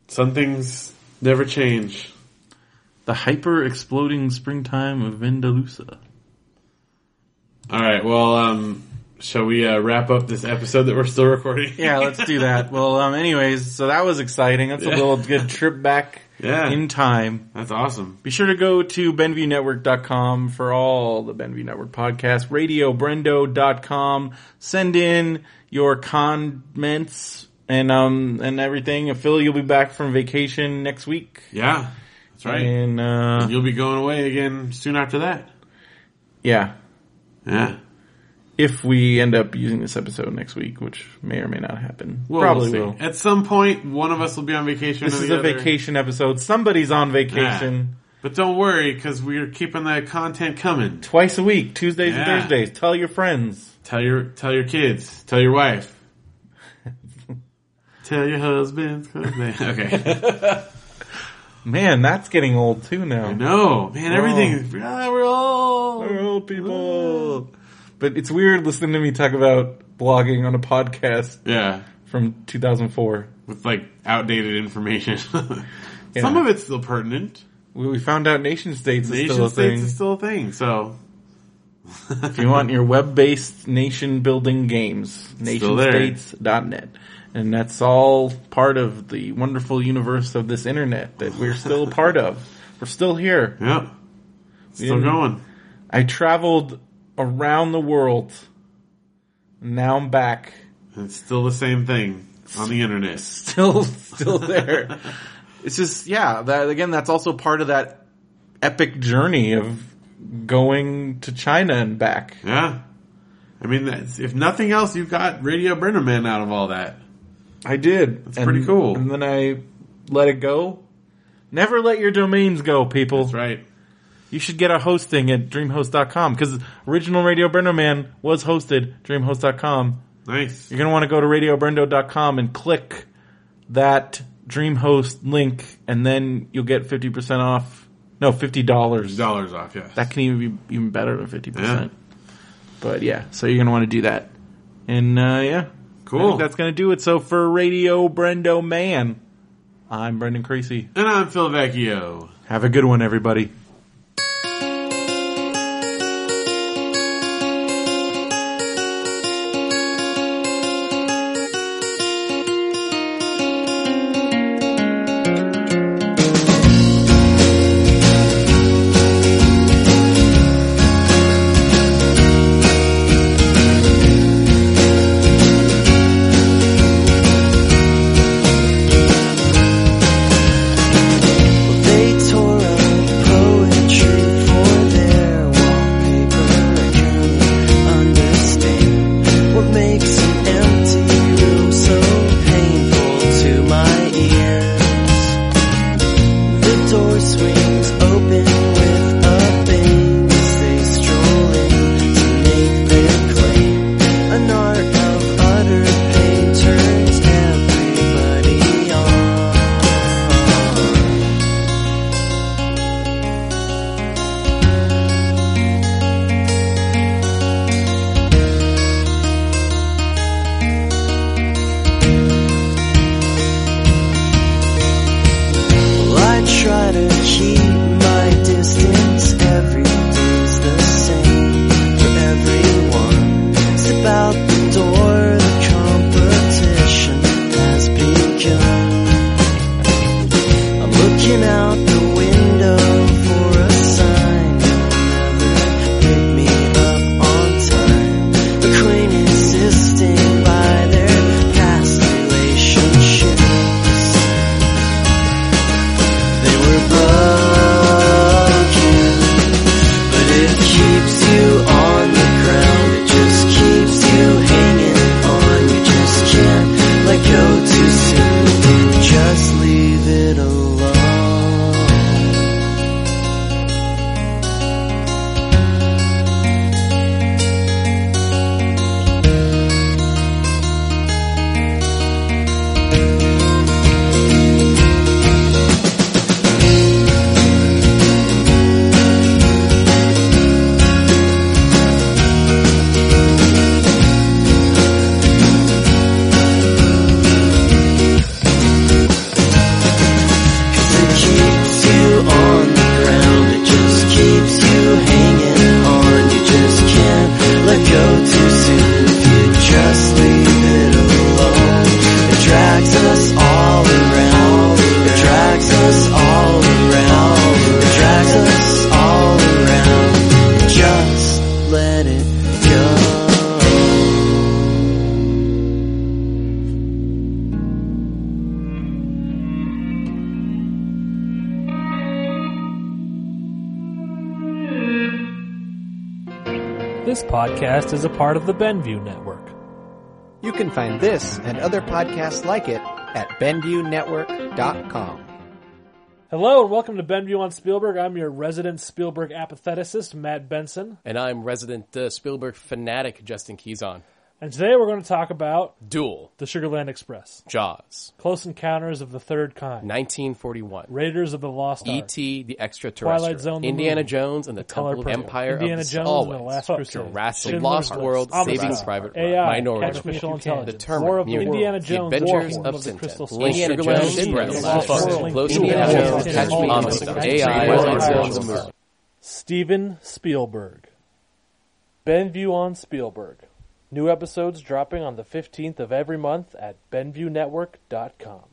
Speaker 3: Some things never change.
Speaker 2: The hyper exploding springtime of Vendalusa.
Speaker 3: All right. Well, um, shall we uh, wrap up this episode that we're still recording?
Speaker 2: Yeah, let's do that. well, um anyways, so that was exciting. That's a
Speaker 3: Yeah.
Speaker 2: little good trip back
Speaker 3: Yeah.
Speaker 2: in time.
Speaker 3: That's awesome.
Speaker 2: Be sure to go to BenviewNetwork.com for all the Benview Network podcasts, radiobrendo.com. Send in your comments and, um, and everything. And Phil, you'll be back from vacation next week.
Speaker 3: Yeah. That's right.
Speaker 2: And, uh,
Speaker 3: You'll be going away again soon after that.
Speaker 2: yeah,
Speaker 3: Yeah.
Speaker 2: if we end up using this episode next week, which may or may not happen.
Speaker 3: Well,
Speaker 2: Probably
Speaker 3: we'll
Speaker 2: will.
Speaker 3: see. At some point, one of us will be on vacation.
Speaker 2: This
Speaker 3: or
Speaker 2: is
Speaker 3: the
Speaker 2: a
Speaker 3: other.
Speaker 2: vacation episode. Somebody's on vacation
Speaker 3: But don't worry, because we're keeping that content coming.
Speaker 2: twice a week, Tuesdays
Speaker 3: Yeah.
Speaker 2: and Thursdays. Tell your friends.
Speaker 3: Tell your tell your kids. Tell your wife. tell your husband. 'cause they- Okay.
Speaker 2: Man, that's getting old too now.
Speaker 3: no, man. Everything. Ah, We're all.
Speaker 2: We're old people. But it's weird listening to me talk about blogging on a podcast
Speaker 3: Yeah.
Speaker 2: from 2004.
Speaker 3: With like outdated information. Some
Speaker 2: Yeah.
Speaker 3: of it's still pertinent.
Speaker 2: We we found out nation states is still
Speaker 3: Nation
Speaker 2: a thing.
Speaker 3: states is still a thing. So
Speaker 2: if you want your web-based nation building games,
Speaker 3: Still there.
Speaker 2: nationstates.net. And that's all part of the wonderful universe of this internet that we're still a part of. We're still here.
Speaker 3: yeah, still
Speaker 2: Yeah.
Speaker 3: going.
Speaker 2: I traveled around the world. Now I'm back.
Speaker 3: It's still the same thing on the internet.
Speaker 2: still still there. it's just yeah, that again that's also part of that epic journey of going to China and back.
Speaker 3: Yeah. I mean, that's, if nothing else, you got Radio Brennerman out of all that.
Speaker 2: I did. That's
Speaker 3: pretty cool.
Speaker 2: And then I let it go. Never let your domains go, people.
Speaker 3: That's right.
Speaker 2: You should get a hosting at dreamhost.com because original Radio Brendo Man was hosted at dreamhost.com.
Speaker 3: Nice.
Speaker 2: You're going to want to go to radiobrendo.com and click that Dreamhost link and then you'll get 50% off. No, $50.
Speaker 3: Dollars off, yes.
Speaker 2: that can even be even better than fifty percent. But yeah, so you're gonna want to do that, and uh, yeah, I
Speaker 3: cool.
Speaker 2: think that's gonna do it. So for Radio Brendo Man, I'm Brendan Creasy.
Speaker 3: and I'm Phil Vecchio.
Speaker 2: Have a good one, everybody.
Speaker 4: They tore up Pro This podcast is a part of the Benview Network.
Speaker 5: You can find this and other podcasts like it at BenviewNetwork.com.
Speaker 4: Hello and welcome to Benview on Spielberg. I'm your resident Spielberg apatheticist, Matt Benson.
Speaker 6: And I'm resident uh, Spielberg fanatic Justin Keyson.
Speaker 4: And today we're going to talk about
Speaker 6: Duel,
Speaker 4: The Sugarland Express,
Speaker 6: Jaws,
Speaker 4: Close Encounters of the Third Kind,
Speaker 6: 1941,
Speaker 4: Raiders of the Lost Ark,
Speaker 6: E.T., E The Extraterrestrial,
Speaker 4: Twilight Zone, the
Speaker 6: Indiana
Speaker 4: movie,
Speaker 6: Jones and the,
Speaker 4: Color
Speaker 6: Temple of
Speaker 4: Purple,
Speaker 6: Empire, of
Speaker 4: Indiana
Speaker 6: the,
Speaker 4: Jones
Speaker 6: always,
Speaker 4: and the Last
Speaker 6: Fuck,
Speaker 4: Crusade,
Speaker 6: Jurassic,
Speaker 4: Schindler's
Speaker 6: Lost
Speaker 4: List,
Speaker 6: World,
Speaker 4: Amistad,
Speaker 6: Saving Private Ryan,
Speaker 4: AI,
Speaker 6: Minority
Speaker 4: Artificial
Speaker 6: Report,
Speaker 4: Intelligence,
Speaker 6: The Terminator,
Speaker 4: War of the
Speaker 6: Mutant,
Speaker 4: Indiana
Speaker 6: The
Speaker 4: Jones,
Speaker 6: Adventures
Speaker 4: War of
Speaker 6: of
Speaker 4: the Crystal
Speaker 6: Sinbad,
Speaker 4: Skull,
Speaker 6: Indiana Jones,
Speaker 4: Indiana Jones,
Speaker 6: Express,
Speaker 4: Swirling,
Speaker 6: Indiana
Speaker 4: Indiana
Speaker 6: Jones,
Speaker 4: Jones,
Speaker 6: Catch Me
Speaker 4: Indiana
Speaker 6: Amistad,
Speaker 4: Jones,
Speaker 6: AI,
Speaker 4: Indiana
Speaker 6: Always
Speaker 4: Jones.
Speaker 6: on the Move.
Speaker 4: Steven Spielberg. Benview on Spielberg. New episodes dropping on the 15th of every month at BenviewNetwork.com.